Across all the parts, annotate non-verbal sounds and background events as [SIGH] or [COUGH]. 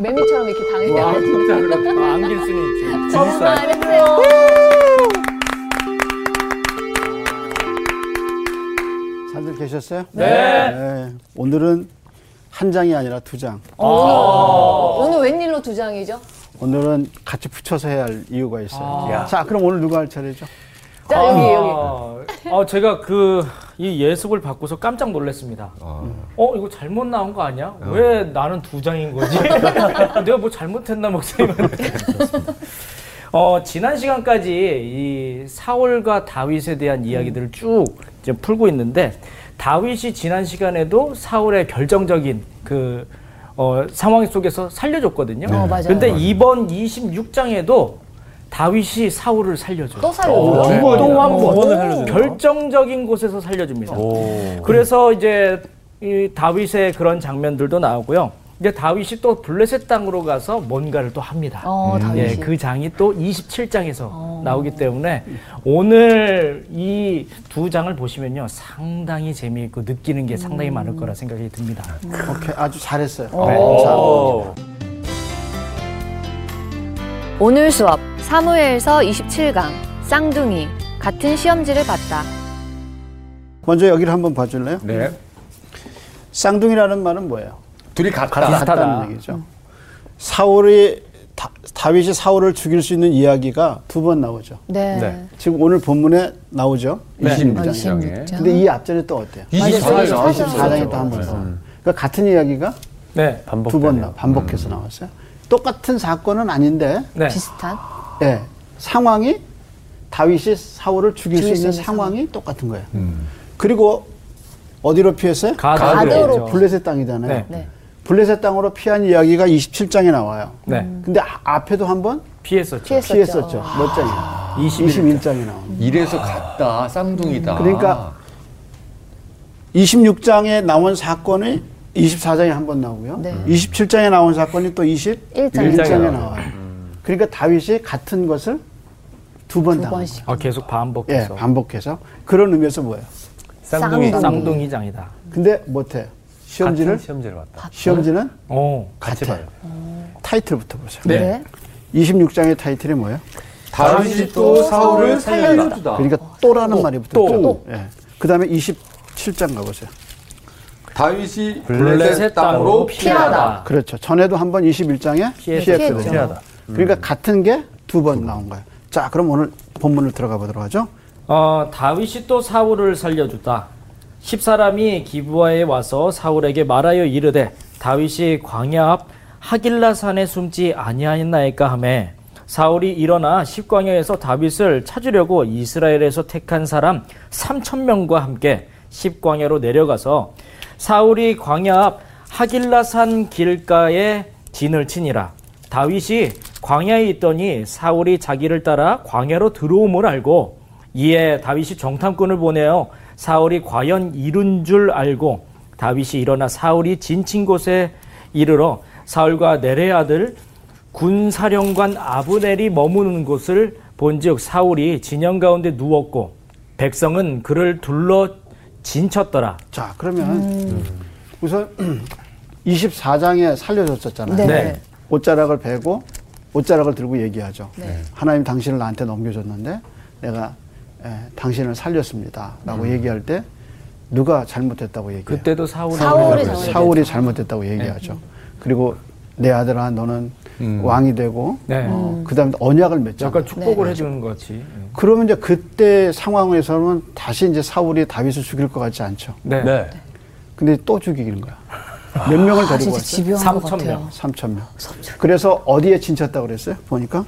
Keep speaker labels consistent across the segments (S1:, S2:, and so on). S1: 매미처럼 이렇게 당했대요.
S2: 와 진짜 그렇다. 아, 안길 수는 있지. 진짜.
S1: 잘했어요.
S3: 잘들 계셨어요?
S2: 네.
S3: 네. 오늘은 한 장이 아니라 두 장.
S1: 오늘 웬일로 두 장이죠?
S3: 오늘은 같이 붙여서 해야 할 이유가 있어요.
S2: 야.
S3: 자, 그럼 오늘 누가 할 차례죠?
S1: 자
S3: 아.
S1: 여기 여기.
S2: 여기. 아 제가 그 이 예습을 받고서 깜짝 놀랐습니다. 어 이거 잘못 나온 거 아니야? 왜 나는 두 장인 거지? 내가 뭐 잘못했나 목사님한테. 어 지난 시간까지 이 사울과 다윗에 대한 이야기들을 쭉 이제 풀고 있는데 다윗이 지난 시간에도 사울의 결정적인 그 어, 상황 속에서 살려줬거든요.
S1: 어, 맞아요.
S2: 근데 이번 26장에도 다윗이 사울을 살려줘요.
S1: 또
S3: 어.
S1: 살려줘요?
S2: 두 번, 또한
S4: 오, 두 번을
S2: 번.
S4: 살려주네요.
S2: 결정적인 곳에서 살려줍니다.
S4: 오.
S2: 그래서 이제 이 다윗의 그런 장면들도 나오고요. 이제 다윗이 또 블레셋 땅으로 가서 뭔가를 또 합니다.
S1: 어 다윗
S5: 아.
S2: 예,
S1: 씨.
S2: 그 장이 또 27장에서 나오기 때문에 오늘 이 두 장을 보시면요. 상당히 재미있고 느끼는 게 상당히 많을 거라 생각이 듭니다.
S3: 오케이, 아주 잘했어요.
S4: 오.
S5: 오늘 수업 사무엘서 27강 쌍둥이 같은 시험지를 봤다.
S3: 먼저 여기를 한번 봐줄래요?
S4: 네.
S3: 쌍둥이라는 말은 뭐예요?
S4: 둘이 같다.
S3: 같다는 얘기죠. 사울이 다, 다윗이 사울을 죽일 수 있는 이야기가 두 번 나오죠.
S1: 네.
S4: 네.
S3: 지금 오늘 본문에 나오죠.
S4: 네.
S3: 26장에. 근데 이 앞전에 또 어때요?
S4: 24장.
S3: 24장에 또 한 번 나와요. 그러니까 같은 이야기가
S2: 네.
S3: 두 번 반복해서 나왔어요. 똑같은 사건은 아닌데
S2: 네.
S1: 비슷한.
S3: 예, 상황이 다윗이 사울을 죽일, 수
S1: 죽일 수
S3: 있는
S1: 있는
S3: 상황이 똑같은 거예요. 그리고 어디로 피했어요?
S1: 가드로.
S3: 블레셋 땅이잖아요.
S2: 네.
S1: 네.
S3: 블레셋 땅으로 피한 이야기가 27장에 나와요.
S2: 네.
S3: 근데 아- 앞에도 한번
S2: 피했었죠.
S1: 피했- 했었죠.
S3: 피했었죠. 몇 장이요?
S2: 21장.
S3: 21장이 나옵니다.
S4: 이래서 같다. 쌍둥이다.
S3: 그러니까 26장에 나온 사건이 24장에 한 번 나오고요.
S1: 네.
S3: 27장에 나온 사건이 또
S1: 21장에 음.
S3: 21장에 나와요. 그러니까 다윗이 같은 것을 두 번
S1: 두
S3: 당한
S1: 번씩.
S2: 아, 계속
S3: 예,
S2: 반복해서.
S3: 반복해서 그런 의미에서 뭐예요?
S4: 쌍둥이.
S2: 쌍둥이 장이다.
S3: 근데 못해요. 시험지를
S4: 시험지를 봤다.
S3: 시험지는
S2: 어.
S4: 같이 봐요.
S3: 타이틀부터 보세요.
S1: 음. 네.
S3: 26장의 타이틀이 뭐예요?
S4: 다윗이 또 사울을
S1: 네.
S4: 살려주다.
S3: 그러니까 또라는 말이 붙었죠.
S2: 또.
S3: 예. 그다음에 27장 가보세요.
S6: 다윗이
S2: 블레셋 땅으로 피하다.
S1: 피하다.
S3: 그렇죠. 전에도 한 번 21장에
S2: 피했죠.
S3: 피했거든요.
S1: 피했죠.
S4: 피하다.
S3: 그러니까 같은 게 두 번 나온 거예요. 자, 그럼 오늘 본문을 들어가 보도록 하죠.
S2: 어, 다윗이 또 사울을 살려주다. 십사람이 기부하에 와서 사울에게 말하여 이르되 다윗이 광야 앞 하길라 산에 숨지 아니하였나이까 하매 사울이 일어나 십광야에서 다윗을 찾으려고 이스라엘에서 택한 사람 삼천 명과 함께 십광야로 내려가서 사울이 광야 앞 하길라 산 길가에 진을 치니라 다윗이 광야에 있더니 사울이 자기를 따라 광야로 들어옴을 알고 이에 다윗이 정탐꾼을 보내어 사울이 과연 이룬 줄 알고 다윗이 일어나 사울이 진친 곳에 이르러 사울과 넬의 아들 군사령관 아브넬이 머무는 곳을 본즉 사울이 진영 가운데 누웠고 백성은 그를 둘러 진쳤더라.
S3: 자, 그러면 우선 [CLEARS THROAT] 24장에 살려줬었잖아요.
S1: 네.
S2: 네.
S3: 옷자락을 베고 옷자락을 들고 얘기하죠.
S1: 네.
S3: 하나님 당신을 나한테 넘겨줬는데 내가 에, 당신을 살렸습니다라고 얘기할 때 누가 잘못했다고 얘기해요.
S2: 그때도 사울이
S1: 사울이
S3: 그렇죠. 사울이, 잘못했다고 얘기하죠. 그리고 내 아들아 너는 왕이 되고
S2: 네.
S3: 어, 그다음에 언약을 맺자.
S2: 약간 축복을
S1: 네.
S2: 해주는 거지.
S3: 그러면 이제 그때 상황에서는 다시 이제 사울이 다윗을 죽일 것 같지 않죠.
S2: 네.
S4: 네.
S3: 근데 또 죽이는 거야. 몇 명을
S1: 아, 진짜
S3: 데리고 왔어요?
S1: 집요한 것
S2: 3,000
S1: 같아요.
S2: 명.
S3: 3천 명. 그래서 어디에 진쳤다고 그랬어요? 보니까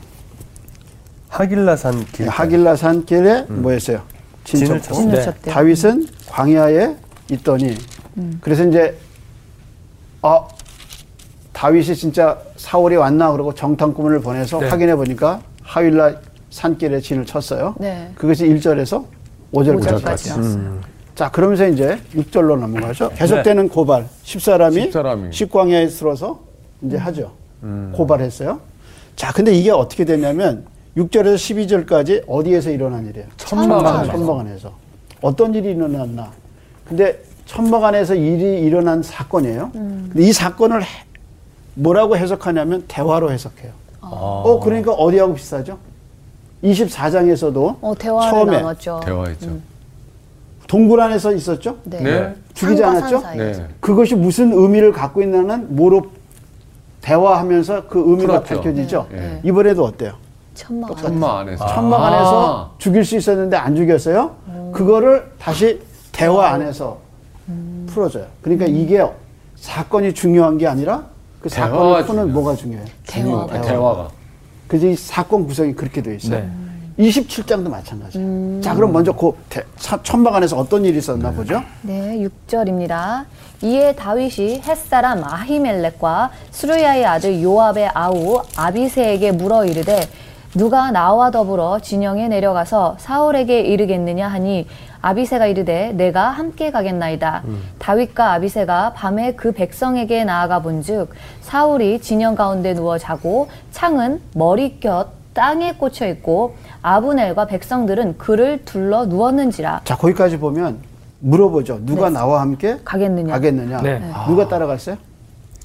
S4: 하길라산 길.
S3: 하길라산 길에 뭐였어요?
S4: 진을
S3: 진쳤고
S4: 쳤어요.
S1: 네. 쳤대요.
S3: 다윗은 광야에 있더니
S1: 음.
S3: 그래서 이제 어 다윗이 진짜 사울이 왔나 그러고 정탐꾼을 보내서
S2: 네.
S3: 확인해 보니까 하길라 산길에 진을 쳤어요.
S1: 네.
S3: 그것이 1절에서
S5: 음.
S3: 5절까지.
S1: 오절까지
S3: 요 자, 그러면서 이제 6절로 넘어가죠.
S1: 네.
S3: 계속되는 고발. 10사람이,
S6: 10사람이.
S3: 십광야에 들어서 이제 하죠.
S1: 음.
S3: 고발했어요. 자, 근데 이게 어떻게 되냐면 6절에서 12절까지 어디에서 일어난 일이에요?
S1: 천막안에서.
S3: 천막안에서. 어떤 일이 일어났나?
S1: 음.
S3: 근데 천막안에서 일이 일어난 사건이에요. 근데 이 사건을 해- 뭐라고 해석하냐면 대화로 해석해요.
S1: 아.
S3: 어, 그러니까 어디하고 비슷하죠? 24장에서도
S1: 어, 대화를
S3: 처음에
S1: 나눴죠.
S6: 아, 대화했죠.
S3: 동굴 안에서 있었죠?
S1: 네.
S6: 네.
S3: 죽이지
S1: 산과
S3: 않았죠?
S1: 산 사이죠.
S6: 네.
S3: 그것이 무슨 의미를 갖고 있냐는 뭐로 대화하면서 그 의미가
S6: 풀었죠.
S3: 밝혀지죠?
S6: 네, 아. 네.
S3: 이번에도 어때요?
S1: 천막. 안에.
S6: 천마 안에서.
S3: 천막
S6: 아.
S3: 안에서 죽일 수 있었는데 안 죽였어요? 그거를 다시 대화 안에서 풀어줘요. 그러니까 이게 사건이 중요한 게 아니라 그 사건을
S6: 대화가
S3: 푸는
S6: 중요해요.
S3: 뭐가 중요해요?
S6: 아, 대화가. 대화가.
S3: 그래서 이 사건 구성이 그렇게 돼 있어요.
S2: 네.
S3: 27장도 마찬가지예요. 자, 그럼 먼저 그 대- 사- 천막 안에서 어떤 일이 있었나 보죠?
S5: 네, 6절입니다. 이에 다윗이 햇사람 아히멜렉과 수르야의 아들 요압의 아우 아비세에게 물어 이르되 누가 나와 더불어 진영에 내려가서 사울에게 이르겠느냐 하니 아비세가 이르되 내가 함께 가겠나이다. 다윗과 아비세가 밤에 그 백성에게 나아가 본즉 사울이 진영 가운데 누워 자고 창은 머리 곁 땅에 꽂혀 있고 아브넬과 백성들은 그를 둘러 누웠는지라
S3: 자, 거기까지 보면 물어보죠. 누가 나와 함께
S5: 네. 가겠느냐.
S3: 가겠느냐?
S2: 네.
S3: 누가 따라갔어요?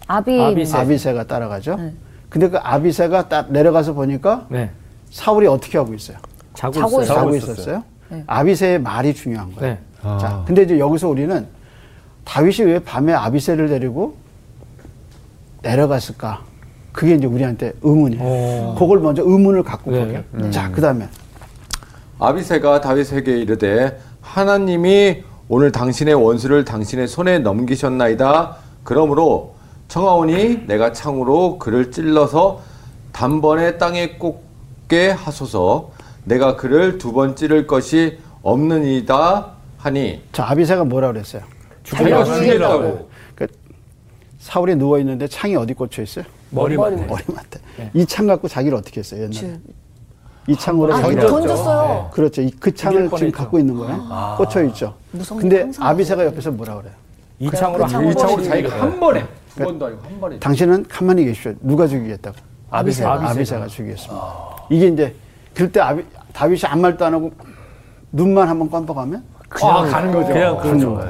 S5: 아비
S2: 아비세.
S3: 아비세가 따라가죠.
S5: 네.
S3: 근데 그 아비세가 딱 내려가서 보니까
S2: 네.
S3: 사울이 어떻게 하고 있어요?
S2: 자고,
S5: 자고 네.
S2: 있어요.
S5: 자고
S3: 자고 있었어요. 아비세의 말이 중요한 거예요.
S2: 네.
S3: 자, 근데 이제 여기서 우리는 다윗이 왜 밤에 아비세를 데리고 내려갔을까? 그게 이제 우리한테 의문이에요. 그걸 먼저 의문을 갖고
S2: 네.
S3: 보게요. 자, 그 다음에
S6: 아비세가 다윗에게 이르되 하나님이 오늘 당신의 원수를 당신의 손에 넘기셨나이다. 그러므로 청하오니 내가 창으로 그를 찔러서 단번에 땅에 꽂게 하소서. 내가 그를 두 번 찌를 것이 없느니이다 하니
S3: 자, 아비세가 뭐라 그랬어요?
S6: 자기가 죽겠다고
S3: 그 사울이 누워 있는데 창이 어디 꽂혀 있어요?
S2: 머리만. 네.
S3: 머리맡에. 이 창 갖고 자기를 어떻게 했어요, 옛날에? 이 창으로
S1: 아,
S3: 자기를
S1: 던졌어요.
S3: 그렇죠. 이- 그 창을
S2: 네. 뻔했죠. 아.
S3: 지금 갖고 있는 거예요. 꽂혀 있죠.
S1: 무서운 게
S3: 근데
S1: 항상
S3: 아비세가 옆에서 뭐라 그래요?
S2: 이 창으로
S1: 창으로
S2: 한
S1: 창으로
S2: 번에
S6: 자기가 한 번에 두 번도 아니고 한 번에
S3: 당신은 가만히 계십시오. 누가 죽이겠다고?
S2: 아비세가.
S3: 아비세가, 죽이겠습니다. 이게 이제 그때 아비, 다윗이 아무 말도 안 하고 눈만 한번 깜빡하면
S2: 아, 가는 거죠. 그냥 그러죠.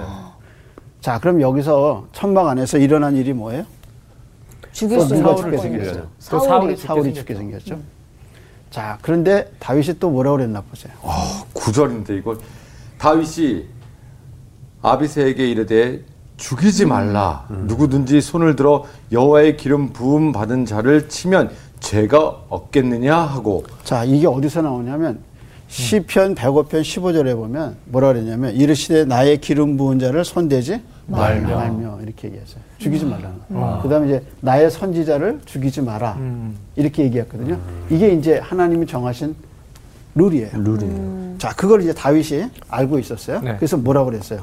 S3: 자 그럼 여기서 천막 안에서 일어난 일이 뭐예요?
S1: 죽일
S3: 또
S1: 수
S3: 어, 누가
S1: 있는
S3: 죽게
S1: 뻔했죠.
S3: 생겼어요? 그
S2: 또 사울이
S3: 사울이 죽게 생겼죠. 자 그런데 다윗이 또 뭐라 그랬나 보세요. 어,
S6: 구절인데 이걸 다윗이 아비세에게 이르되 죽이지 말라 누구든지 손을 들어 여호와의 기름 부음 받은 자를 치면 죄가 없겠느냐 하고
S3: 자, 이게 어디서 나오냐면 시편 105편 15절에 보면 뭐라 그랬냐면 이르시되 나의 기름 부은 자를 손대지 말며, 이렇게 얘기했어요. 죽이지 말라는 거. 그다음에 음. 이제 나의 선지자를 죽이지 마라. 이렇게 얘기했거든요. 이게 이제 하나님이 정하신 룰이에요. 룰이에요. 자, 그걸 이제 다윗이 알고 있었어요.
S2: 네.
S3: 그래서 뭐라 그랬어요?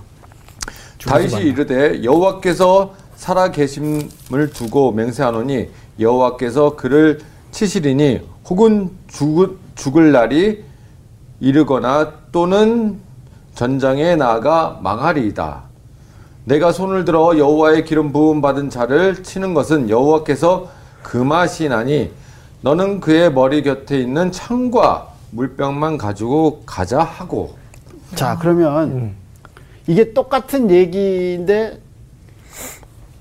S6: 다윗이 이르되 여호와께서 살아 계심을 두고 맹세하노니 여호와께서 그를 치시리니 혹은 죽을, 죽을 날이 이르거나 또는 전장에 나아가 망하리이다. 내가 손을 들어 여호와의 기름 부음 받은 자를 치는 것은 여호와께서 금하시나니 너는 그의 머리 곁에 있는 창과 물병만 가지고 가자 하고
S3: 자, 그러면
S2: 음.
S3: 이게 똑같은 얘기인데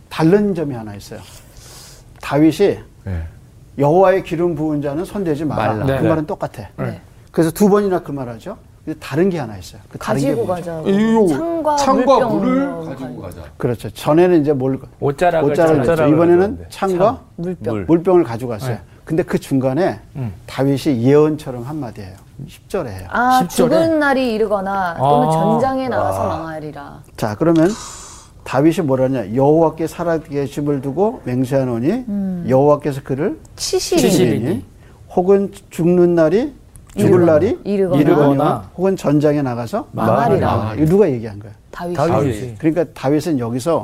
S3: 다른 점이 하나 있어요. 다윗이 여호와의 기름 부은 자는 손대지 말라.
S2: 말라.
S3: 그
S2: 네.
S3: 말은 똑같아. 그래서 두 번이나 그 말하죠. 근데 다른 게 하나 있어요. 그 다른
S1: 가지고
S3: 뭐죠?
S1: 가자.
S6: 예, 이요,
S1: 창과,
S6: 창과
S1: 물병
S5: 뭐
S6: 물을 가지고 가자.
S3: 그렇죠. 전에는 이제 뭘
S2: 옷자락을
S3: 옷자락을
S2: 잘라-
S3: 했죠. 이번에는 창과
S1: 물병.
S3: 물병을 가져갔어요.
S2: 네.
S3: 근데 그 중간에
S2: 음.
S3: 다윗이 예언처럼 한마디 해요. 10절에 해요.
S5: 아,
S2: 10 절에?
S5: 죽은 날이 이르거나 또는
S2: 아.
S5: 전장에 나가서 망하리라.
S3: 자 그러면 다윗이 뭐라냐 여호와께 살아계심을 두고 맹세하노니
S5: 음.
S3: 여호와께서 그를
S5: 치시리.
S2: 치시리.
S3: 치시리니 혹은 죽는 날이 죽을 날이
S5: 이르거나.
S2: 이르거나.
S3: 혹은 전장에 나가서
S5: 망하리라.
S3: 이거 누가 얘기한 거야?
S5: 다윗이.
S2: 다윗이.
S3: 그러니까 다윗은 여기서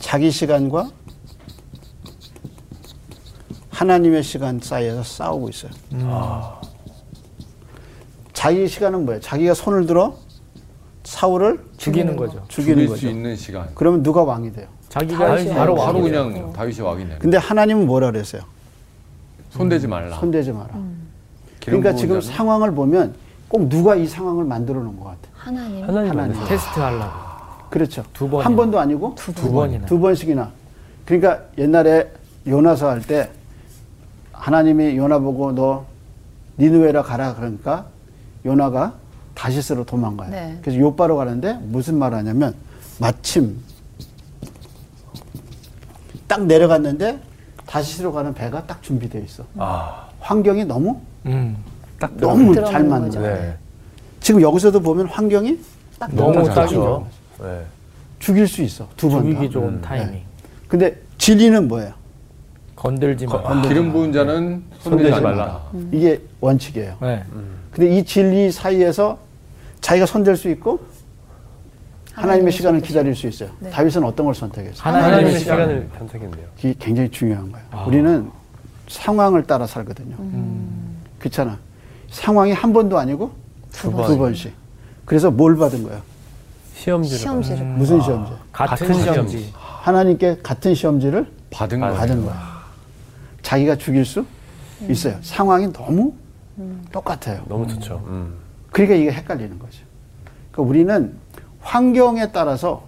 S3: 자기 시간과 하나님의 시간 사이에서 싸우고 있어요.
S6: 음. 아.
S3: 자기 시간은 뭐예요? 자기가 손을 들어 사울을
S2: 죽이는 거죠.
S3: 죽이는
S6: 수
S3: 거죠.
S6: 있는 시간.
S3: 그러면 누가 왕이 돼요?
S2: 자기가 바로
S6: 바로
S2: 왕이 돼요.
S6: 그냥 다윗이 왕이네.
S3: 근데 하나님은 뭐라 그랬어요?
S6: 손대지 말라.
S3: 손대지 마라.
S6: 아. 기름
S3: 그러니까
S6: 부은
S3: 지금
S6: 자는?
S3: 상황을 보면 꼭 누가 이 상황을 만들어 놓은 것 같아.
S5: 하나님.
S4: 하나님
S3: 하나님.
S2: 테스트하려고.
S3: 그렇죠.
S2: 두 번이나.
S3: 한 번도 아니고
S2: 두 번. 두 번이나.
S3: 두 번씩이나. 그러니까 옛날에 요나서 할 때 하나님이 요나 보고 너 니누에라 가라 그러니까 요나가 다시스로 도망가요.
S5: 네.
S3: 그래서 요바로 가는데 무슨 말을 하냐면 마침 딱 내려갔는데 다시스로 가는 배가 딱 준비되어 있어.
S4: 아,
S3: 환경이 너무
S2: 음.
S4: 딱
S3: 너무
S5: 들어가는
S3: 잘 맞는
S5: 거죠.
S3: 거예요.
S4: 네.
S3: 지금 여기서도 보면 환경이
S2: 너무
S4: 잘
S2: 딱이죠.
S4: 맞죠. 네.
S3: 죽일 수 있어. 두 번.
S2: 죽이기
S3: 다.
S2: 좋은 타이밍.
S3: 근데 진리는 뭐예요?
S2: 건들지 마.
S6: 아, 기름 부은 자는 손대지,
S4: 손대지 말라.
S6: 말라.
S3: 이게 원칙이에요.
S2: 네.
S3: 근데 이 진리 사이에서 자기가 손댈 수 있고 하나님의 네. 시간을 기다릴 수 있어요. 다윗은 어떤 걸 선택했어요?
S2: 하나님의,
S4: 하나님의
S2: 시간을
S4: 시간을 탄생했네요.
S3: 이게 굉장히 중요한 거예요. 우리는 상황을 따라 살거든요. 그렇잖아. 상황이 한 번도 아니고 음. 두,
S4: 번.
S3: 번씩. 그래서 뭘 받은 거예요?
S4: 시험지를.
S5: 시험지를
S3: 무슨 시험지?
S2: 같은,
S4: 같은
S2: 시험지.
S3: 하나님께 같은 시험지를
S6: 받은 거야.
S3: 받은 거야. 자기가 죽일 수 있어요. 상황이 너무 똑같아요.
S4: 너무 좋죠.
S3: 그러니까 이게 헷갈리는 거죠. 그러니까 우리는 환경에 따라서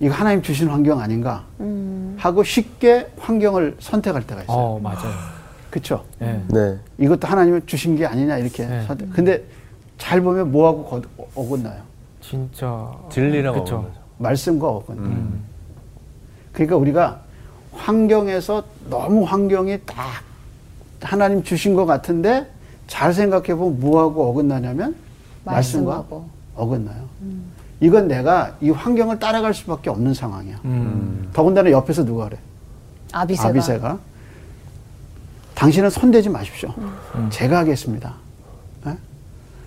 S3: 이거 하나님 주신 환경 아닌가 하고 쉽게 환경을 선택할 때가 있어요.
S2: 어 맞아요.
S3: 그렇죠?
S2: 예.
S4: 네.
S3: 이것도 하나님이 주신 게 아니냐 이렇게.
S2: 네.
S3: 선택. 근데 잘 보면 뭐하고 거- 어긋나요?
S2: 진짜
S4: 진리랑
S2: 그쵸.
S4: 어긋나죠.
S3: 말씀과 어긋나요. 그러니까 우리가 환경에서 너무 환경이 딱 하나님 주신 것 같은데 잘 생각해 보면 뭐하고 어긋나냐면 말씀과
S5: 말씀하고.
S3: 어긋나요. 이건 내가 이 환경을 따라갈 수밖에 없는 상황이야.
S2: 음.
S3: 더군다나 옆에서 누가 그래?
S5: 아비세가,
S3: 아비세가 당신은 손대지 마십시오.
S5: 음.
S2: 음.
S3: 제가 하겠습니다. 예?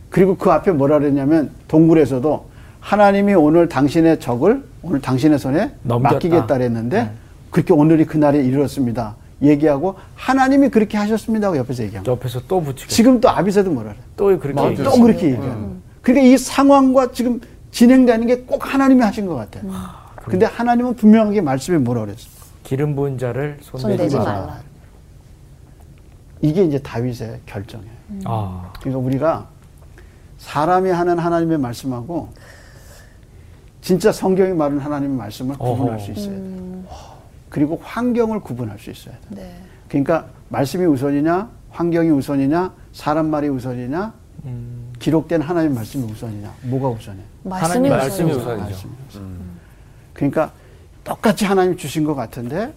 S3: 그리고 그 앞에 뭐라 그랬냐면 동굴에서도 하나님이 오늘 당신의 적을 오늘 당신의 손에
S2: 넘겼다. 네.
S3: 맡기겠다 그랬는데 그렇게 오늘이 그날에 이르렀습니다. 얘기하고 하나님이 그렇게 하셨습니다. 하고 옆에서 얘기한 거예요.
S2: 옆에서 또 붙이고
S3: 지금 또 아비세도 뭐라 그래?
S2: 또 그렇게
S6: 맞아요.
S2: 얘기해.
S3: 또 그렇게
S5: 음.
S3: 얘기해요. 그러니까 이 상황과 지금 진행되는 게 꼭 하나님이 하신 것 같아요.
S5: 음.
S3: 근데 하나님은 분명하게 말씀에 뭐라 그랬어요?
S2: 기름 부은 자를 손대지,
S5: 손대지
S2: 마라.
S5: 말라.
S3: 이게 이제 다윗의 결정이에요.
S2: 아,
S3: 그러니까 우리가 사람이 하는 하나님의 말씀하고 진짜 성경이 말하는 하나님의 말씀을
S2: 어허.
S3: 구분할 수 있어야 돼요. 그리고 환경을 구분할 수 있어야 돼요.
S5: 네.
S3: 그러니까 말씀이 우선이냐, 환경이 우선이냐, 사람 말이 우선이냐,
S2: 음,
S3: 기록된 하나님의 말씀이 우선이냐, 뭐가 우선이에요?
S5: 음. 말씀이
S2: 하나님 말씀이
S5: 우선이죠.
S2: 우선이죠.
S3: 그러니까 똑같이 하나님 주신 것 같은데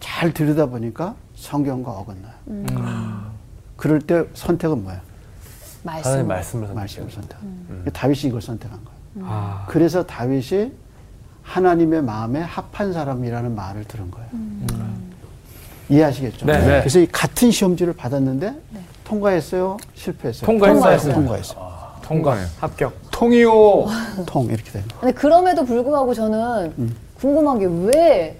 S3: 잘 들여다 보니까 성경과 어긋나요.
S2: 음.
S3: 그럴 때 선택은 뭐예요?
S5: 말씀.
S4: 하나님 말씀을 선택.
S3: 말씀을 선택. 다윗이 이걸 선택한 거예요.
S2: 음. 아,
S3: 그래서 다윗이 하나님의 마음에 합한 사람이라는 말을 들은 거예요. 음. 이해하시겠죠?
S2: 음. 네. 네.
S3: 그래서 이 같은 시험지를 받았는데 통과했어요, 실패했어요.
S2: 통과했어요.
S3: 통과했어요.
S2: 아, 통과, 합격.
S6: 통이요.
S3: 통 이렇게 되는 거예요.
S5: 근데 그럼에도 불구하고 저는 궁금한 게 왜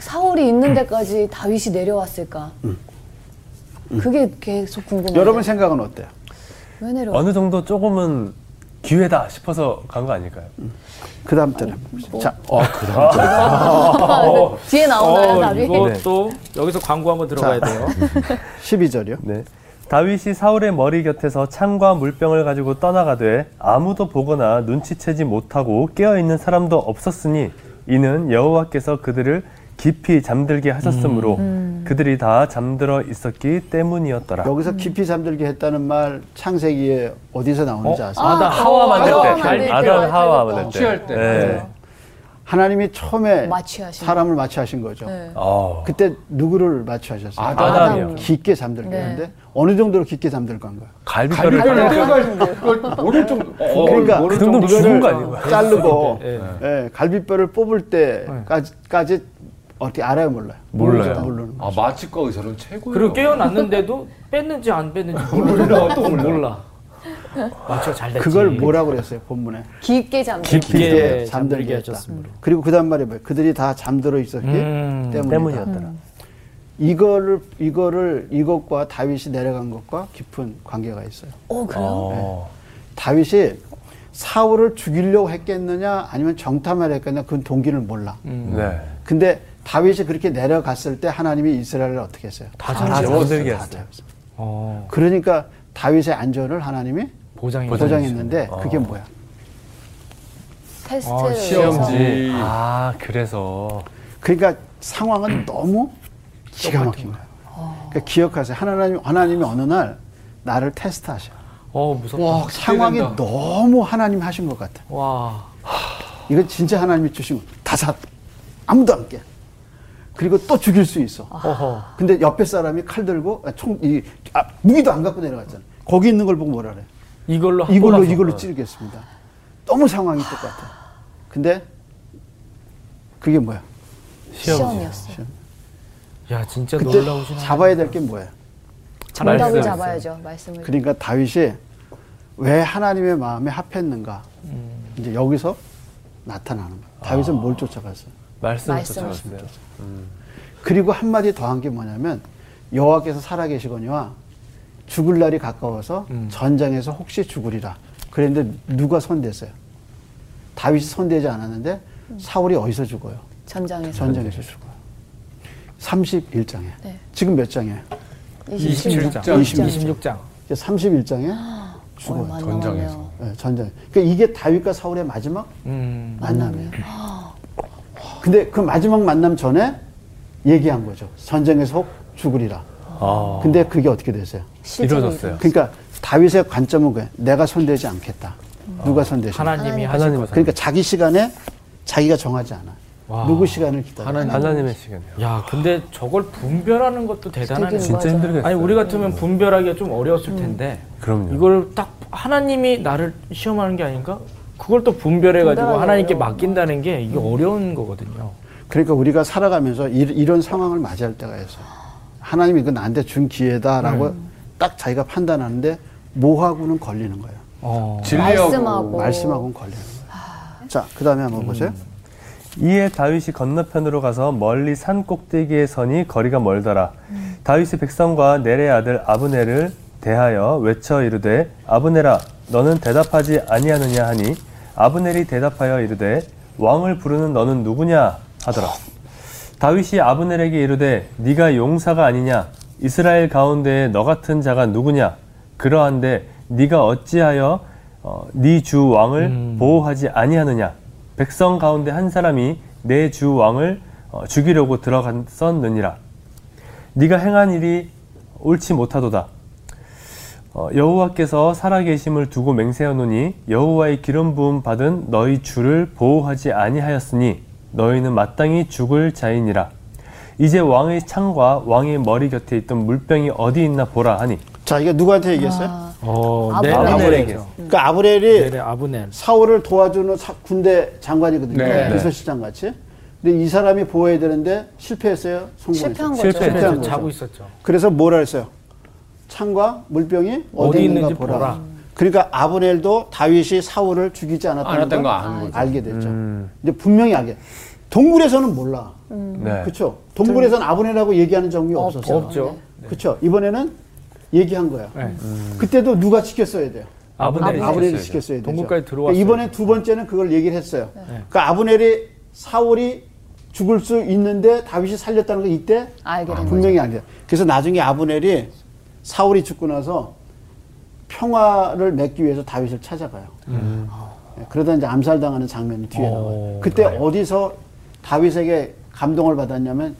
S5: 사울이 있는 데까지 다윗이 내려왔을까? 그게 계속 궁금해요.
S3: 여러분 생각은 어때요?
S5: 왜 내려와?
S4: 어느 정도 조금은 기회다 싶어서 간 거 아닐까요?
S3: 그 다음 때는 자, 어, 그
S5: 뒤에 나오나요, 답이?
S2: 어, 이것도 여기서 광고 한번 들어가야
S3: 자.
S2: 돼요. 아.
S3: 12절이요.
S4: 네. 다윗이 사울의 머리 곁에서 창과 물병을 가지고 떠나가되 아무도 보거나 눈치채지 못하고 깨어 있는 사람도 없었으니 이는 여호와께서 그들을 깊이 잠들게 하셨으므로 그들이 다 잠들어 있었기
S2: 아.
S4: 때문이었더라.
S3: 여기서 깊이 잠들게 했다는 말 창세기에 어디서 나오는지 아세요?
S4: 아단 하와 만들 때, 아단 하와 만들 때,
S6: 취할 때.
S4: 네.
S3: 하나님이 처음에
S5: 마취하신 네.
S3: 사람을 마취하신 거죠.
S4: 어.
S3: 그때 누구를 마취하셨어요?
S4: 아담이요.
S3: 깊게 잠들게 했는데 어느 정도로 깊게 잠들 건 거예요?
S4: 갈비뼈를
S6: 갈비뼈를
S4: 그
S6: 떼어갈 그걸 모를 정도. 어,
S3: 그러니까
S6: 모를
S4: 정도
S6: 정도를-
S4: 죽은 거
S2: 뭐
S4: 아닌가요?
S3: 자르고
S2: 예.
S3: 예, 갈비뼈를 뽑을 때까지 까지 어떻게 알아요 몰라요?
S6: 몰라요.
S3: 모르는 거.
S6: 아 마취과 의사는 최고예요.
S2: 그리고 깨어났는데도 뺐는지 안 뺐는지
S6: 어,
S2: 몰라. 또 몰라. 맞춰 잘 네, 됐지.
S3: 그걸 뭐라고 그랬어요 본문에?
S5: 깊게 잠들.
S2: 깊게 네,
S3: 깊게
S2: 잠들게
S3: 잠들게
S2: 하셨으므로.
S3: 했다. 그리고 그 다음 말이 뭐예요? 그들이 다 잠들어 있었기
S2: 음,
S3: 때문이다.
S4: 때문이었더라.
S3: 이거를 이거를 이것과 다윗이 내려간 것과 깊은 관계가 있어요.
S5: 어, 그래요?
S4: 어.
S3: 다윗이 사울을 죽이려고 했겠느냐 아니면 정탐을 했겠냐 그건 동기를 몰라.
S4: 네.
S3: 근데 다윗이 그렇게 내려갔을 때 하나님이 이스라엘을 어떻게 했어요?
S4: 다 잠들게 했어요.
S2: 어,
S3: 그러니까 다윗의 안전을 하나님이
S2: 보장이
S3: 보장했는데 그게 뭐야?
S1: 테스트.
S2: 아,
S6: 시험지.
S4: 아, 그래서.
S3: 그러니까 상황은 너무 기가 막힌 거예요. 그러니까 기억하세요. 하나님, 하나님이 어느 날 나를 테스트하셔.
S2: 어 무섭다.
S6: 와,
S3: 상황이
S6: 기대된다.
S3: 너무 하나님 하신 것 같아.
S2: 와.
S3: 이건 진짜 하나님이 주신 거. 다사 아무도 안 깨. 그리고 또 죽일 수 있어.
S2: 어허.
S3: 근데 옆에 사람이 칼 들고 아, 총, 이, 아, 무기도 안 갖고 내려갔잖아. 거기 있는 걸 보고 뭐라 그래.
S2: 이걸로 한
S3: 이걸로
S2: 번만
S3: 이걸로
S2: 더.
S3: 찌르겠습니다. 너무 상황이 똑같아. 근데 그게 뭐야?
S1: 시험이었어요.
S2: 야 진짜
S3: 그때
S2: 놀라우시네.
S3: 잡아야 될 게 뭐야?
S1: 정답을
S4: 말씀.
S1: 잡아야죠. 말씀을.
S3: 그러니까 다윗이 왜 하나님의 마음에 합했는가?
S2: 음.
S3: 이제 여기서 나타나는 거야. 다윗은 뭘 쫓아갔어요?
S4: 말씀을
S1: 말씀을
S4: 쫓아갔어요.
S3: 그리고 한마디 더 한 게 뭐냐면 여호와께서 살아계시거니와 죽을 날이 가까워서 전장에서 혹시 죽으리라. 그랬는데 누가 손댔어요? 다윗이 손대지 않았는데 사울이 어디서 죽어요?
S1: 전장에서.
S3: 전장에서 죽어요. 31장에.
S1: 네.
S3: 지금 몇 장이에요?
S1: 27장.
S2: 26장. 장
S3: 이제 31장에 죽어요.
S1: 얼마 안
S6: 전장에서.
S1: 남았네요.
S3: 예, 전장. 그러니까 이게 다윗과 사울의 마지막
S2: 음.
S3: 만남이에요. 근데 그 마지막 만남 전에 얘기한 거죠. 전쟁에서 혹 죽으리라.
S4: 아,
S3: 근데 그게 어떻게 됐어요?
S1: 실제로
S4: 이루어졌어요.
S3: 그러니까 다윗의 관점은 그래. 내가 손대지 않겠다. 누가 손대지?
S2: 하나님이 하신
S4: 하나님의 사랑.
S3: 그러니까 자기 시간에 자기가 정하지 않아.
S2: 와.
S3: 누구 시간을 기다려.
S6: 하나님.
S4: 하나님의 시간이요.
S2: 야, 근데 저걸 분별하는 것도 대단하네.
S1: 되게
S4: 진짜
S1: 맞아요.
S4: 힘들겠어요.
S2: 아니 우리 같으면 분별하기가 좀 어려웠을 텐데.
S4: 그럼요.
S2: 이걸 딱 하나님이 나를 시험하는 게 아닌가? 그걸 또 분별해가지고
S1: 분별하기
S2: 하나님께
S1: 어려운
S2: 맡긴다는 게 이게 어려운 거거든요.
S3: 그러니까 우리가 살아가면서 이, 런 상황을 맞이할 때가 있어요. 하나님이 이거 나한테 준 기회다라고
S2: 음.
S3: 딱 자기가 판단하는데 뭐하고는 걸리는 거예요.
S2: 어.
S6: 진리하고
S1: 말씀하고. 오.
S3: 말씀하고는 걸리는 거예요. 자, 그 다음에 한번 보세요.
S4: 이에 다윗이 건너편으로 가서 멀리 산 꼭대기에 서니 거리가 멀더라. 다윗이 백성과 넬의 아들 아브네를 대하여 외쳐 이르되 아브네라 너는 대답하지 아니하느냐 하니 아브넬이 대답하여 이르되 왕을 부르는 너는 누구냐 하더라. 다윗이 아브넬에게 이르되 네가 용사가 아니냐 이스라엘 가운데에 너 같은 자가 누구냐 그러한데 네가 어찌하여 어, 네 주 왕을 보호하지 아니하느냐 백성 가운데 한 사람이 내 주 왕을 어, 죽이려고 들어갔었느니라 네가 행한 일이 옳지 못하도다 어, 여호와께서 살아계심을 두고 맹세하노니 여호와의 기름 부음 받은 너희 주를 보호하지 아니하였으니 너희는 마땅히 죽을 자이니라. 이제 왕의 창과 왕의 머리 곁에 있던 물병이 어디 있나 보라 하니
S3: 자, 이게 누구한테 얘기했어요?
S2: 어, 넬
S1: 아브넬.
S2: 아브넬이죠.
S3: 그러니까 아브렐이
S2: 넬의 아브넬.
S3: 사울을 도와주는 사- 군대 장관이거든요.
S6: 네.
S3: 비서실장 같이. 근데 이 사람이 보호해야 되는데 실패했어요. 성공했어요.
S1: 실패한 거죠.
S2: 실패.
S3: 실패한 거죠.
S2: 자고 있었죠.
S3: 그래서 뭐라 했어요? 창과 물병이 어디,
S2: 어디
S3: 있는가
S2: 있는지
S3: 보라.
S2: 보라.
S3: 그러니까 아브넬도 다윗이 사울을 죽이지 않았다는 걸
S6: 않았던 거 아는 거죠.
S3: 알게 됐죠. 이제 분명히 알게. 동굴에서는 몰라.
S4: 네.
S3: 그렇죠. 동굴에서는 아브넬하고 얘기하는 적이 없었어요.
S2: 없죠.
S3: 그렇죠. 이번에는 얘기한 거야.
S2: 네.
S3: 그때도 누가 지켰어야 돼요?
S2: 아브넬이
S3: 아브넬이
S6: 지켰어야
S3: 지켰어야 되죠. 그러니까
S2: 동굴까지 들어왔어요.
S3: 이번에 두 번째는 그걸 얘기를 했어요. 그러니까 아브넬이 사울이 죽을 수 있는데 다윗이 살렸다는 걸 이때
S1: 알게 된
S3: 분명히 알게. 돼요. 그래서 나중에 아브넬이 사울이 죽고 나서 평화를 맺기 위해서 다윗을 찾아가요. 네, 그러다 이제 암살당하는 장면이 뒤에
S2: 오,
S3: 나와요. 그때 어디서 다윗에게 감동을 받았냐면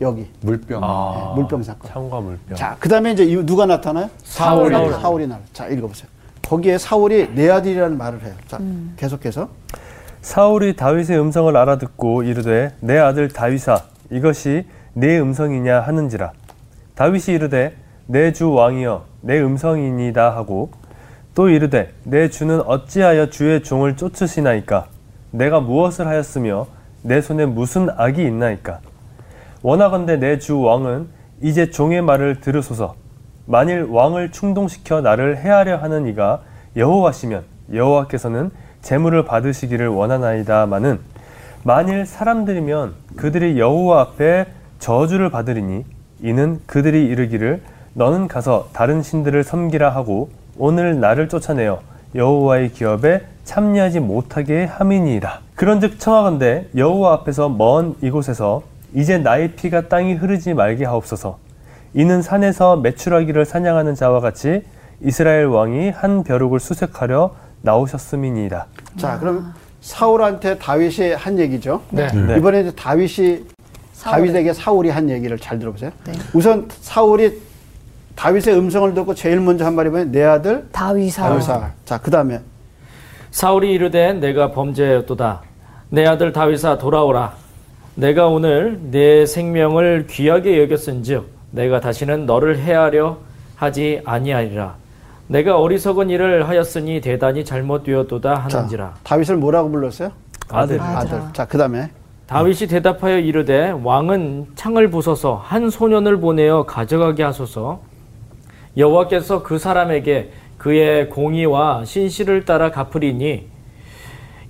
S3: 여기
S6: 물병.
S2: 아.
S3: 네, 물병 사건.
S4: 창과 물병.
S3: 자, 그 다음에 이제 이 누가 나타나요?
S2: 네. 사울이.
S3: 사울이, 나타나요. 자, 읽어보세요. 거기에 사울이 내 아들이라는 말을 해요. 자,
S1: 음.
S3: 계속해서.
S4: 사울이 다윗의 음성을 알아듣고 이르되 내 아들 다윗아 이것이 내 음성이냐 하는지라 다윗이 이르되 내 주 왕이여 내 음성이니다 하고 또 이르되 내 주는 어찌하여 주의 종을 쫓으시나이까 내가 무엇을 하였으며 내 손에 무슨 악이 있나이까 원하건대 내 주 왕은 이제 종의 말을 들으소서. 만일 왕을 충동시켜 나를 해하려 하는 이가 여호와시면 여호와께서는 재물을 받으시기를 원하나이다마는 만일 사람들이면 그들이 여호와 앞에 저주를 받으리니 이는 그들이 이르기를 너는 가서 다른 신들을 섬기라 하고 오늘 나를 쫓아내어 여호와의 기업에 참여하지 못하게 함이니이다. 그런즉 청하건대 여호와 앞에서 먼 이곳에서 이제 나의 피가 땅이 흐르지 말게 하옵소서. 이는 산에서 메추라기를 사냥하는 자와 같이 이스라엘 왕이 한 벼룩을 수색하려 나오셨음이니이다.
S1: 아.
S3: 자, 그럼 사울한테 다윗이 한 얘기죠.
S1: 네.
S4: 네.
S3: 이번에 이제 다윗이
S1: 사울을.
S3: 다윗에게 사울이 한 얘기를 잘 들어보세요.
S1: 네.
S3: 우선 사울이 다윗의 음성을 듣고 제일 먼저 한 말이 뭐냐면 내 아들
S1: 다윗아.
S3: 다윗아. 자, 그다음에
S2: 사울이 이르되 내가 범죄였도다. 내 아들 다윗아 돌아오라. 내가 오늘 내 생명을 귀하게 여겼은즉 내가 다시는 너를 해하려 하지 아니하리라. 내가 어리석은 일을 하였으니 대단히 잘못되었도다
S3: 자,
S2: 하는지라.
S3: 다윗을 뭐라고 불렀어요?
S2: 아들
S1: 아들아.
S3: 아들. 자, 그다음에
S2: 다윗이 대답하여 이르되 왕은 창을 부숴서 한 소년을 보내어 가져가게 하소서. 여호와께서 그 사람에게 그의 공의와 신실을 따라 갚으리니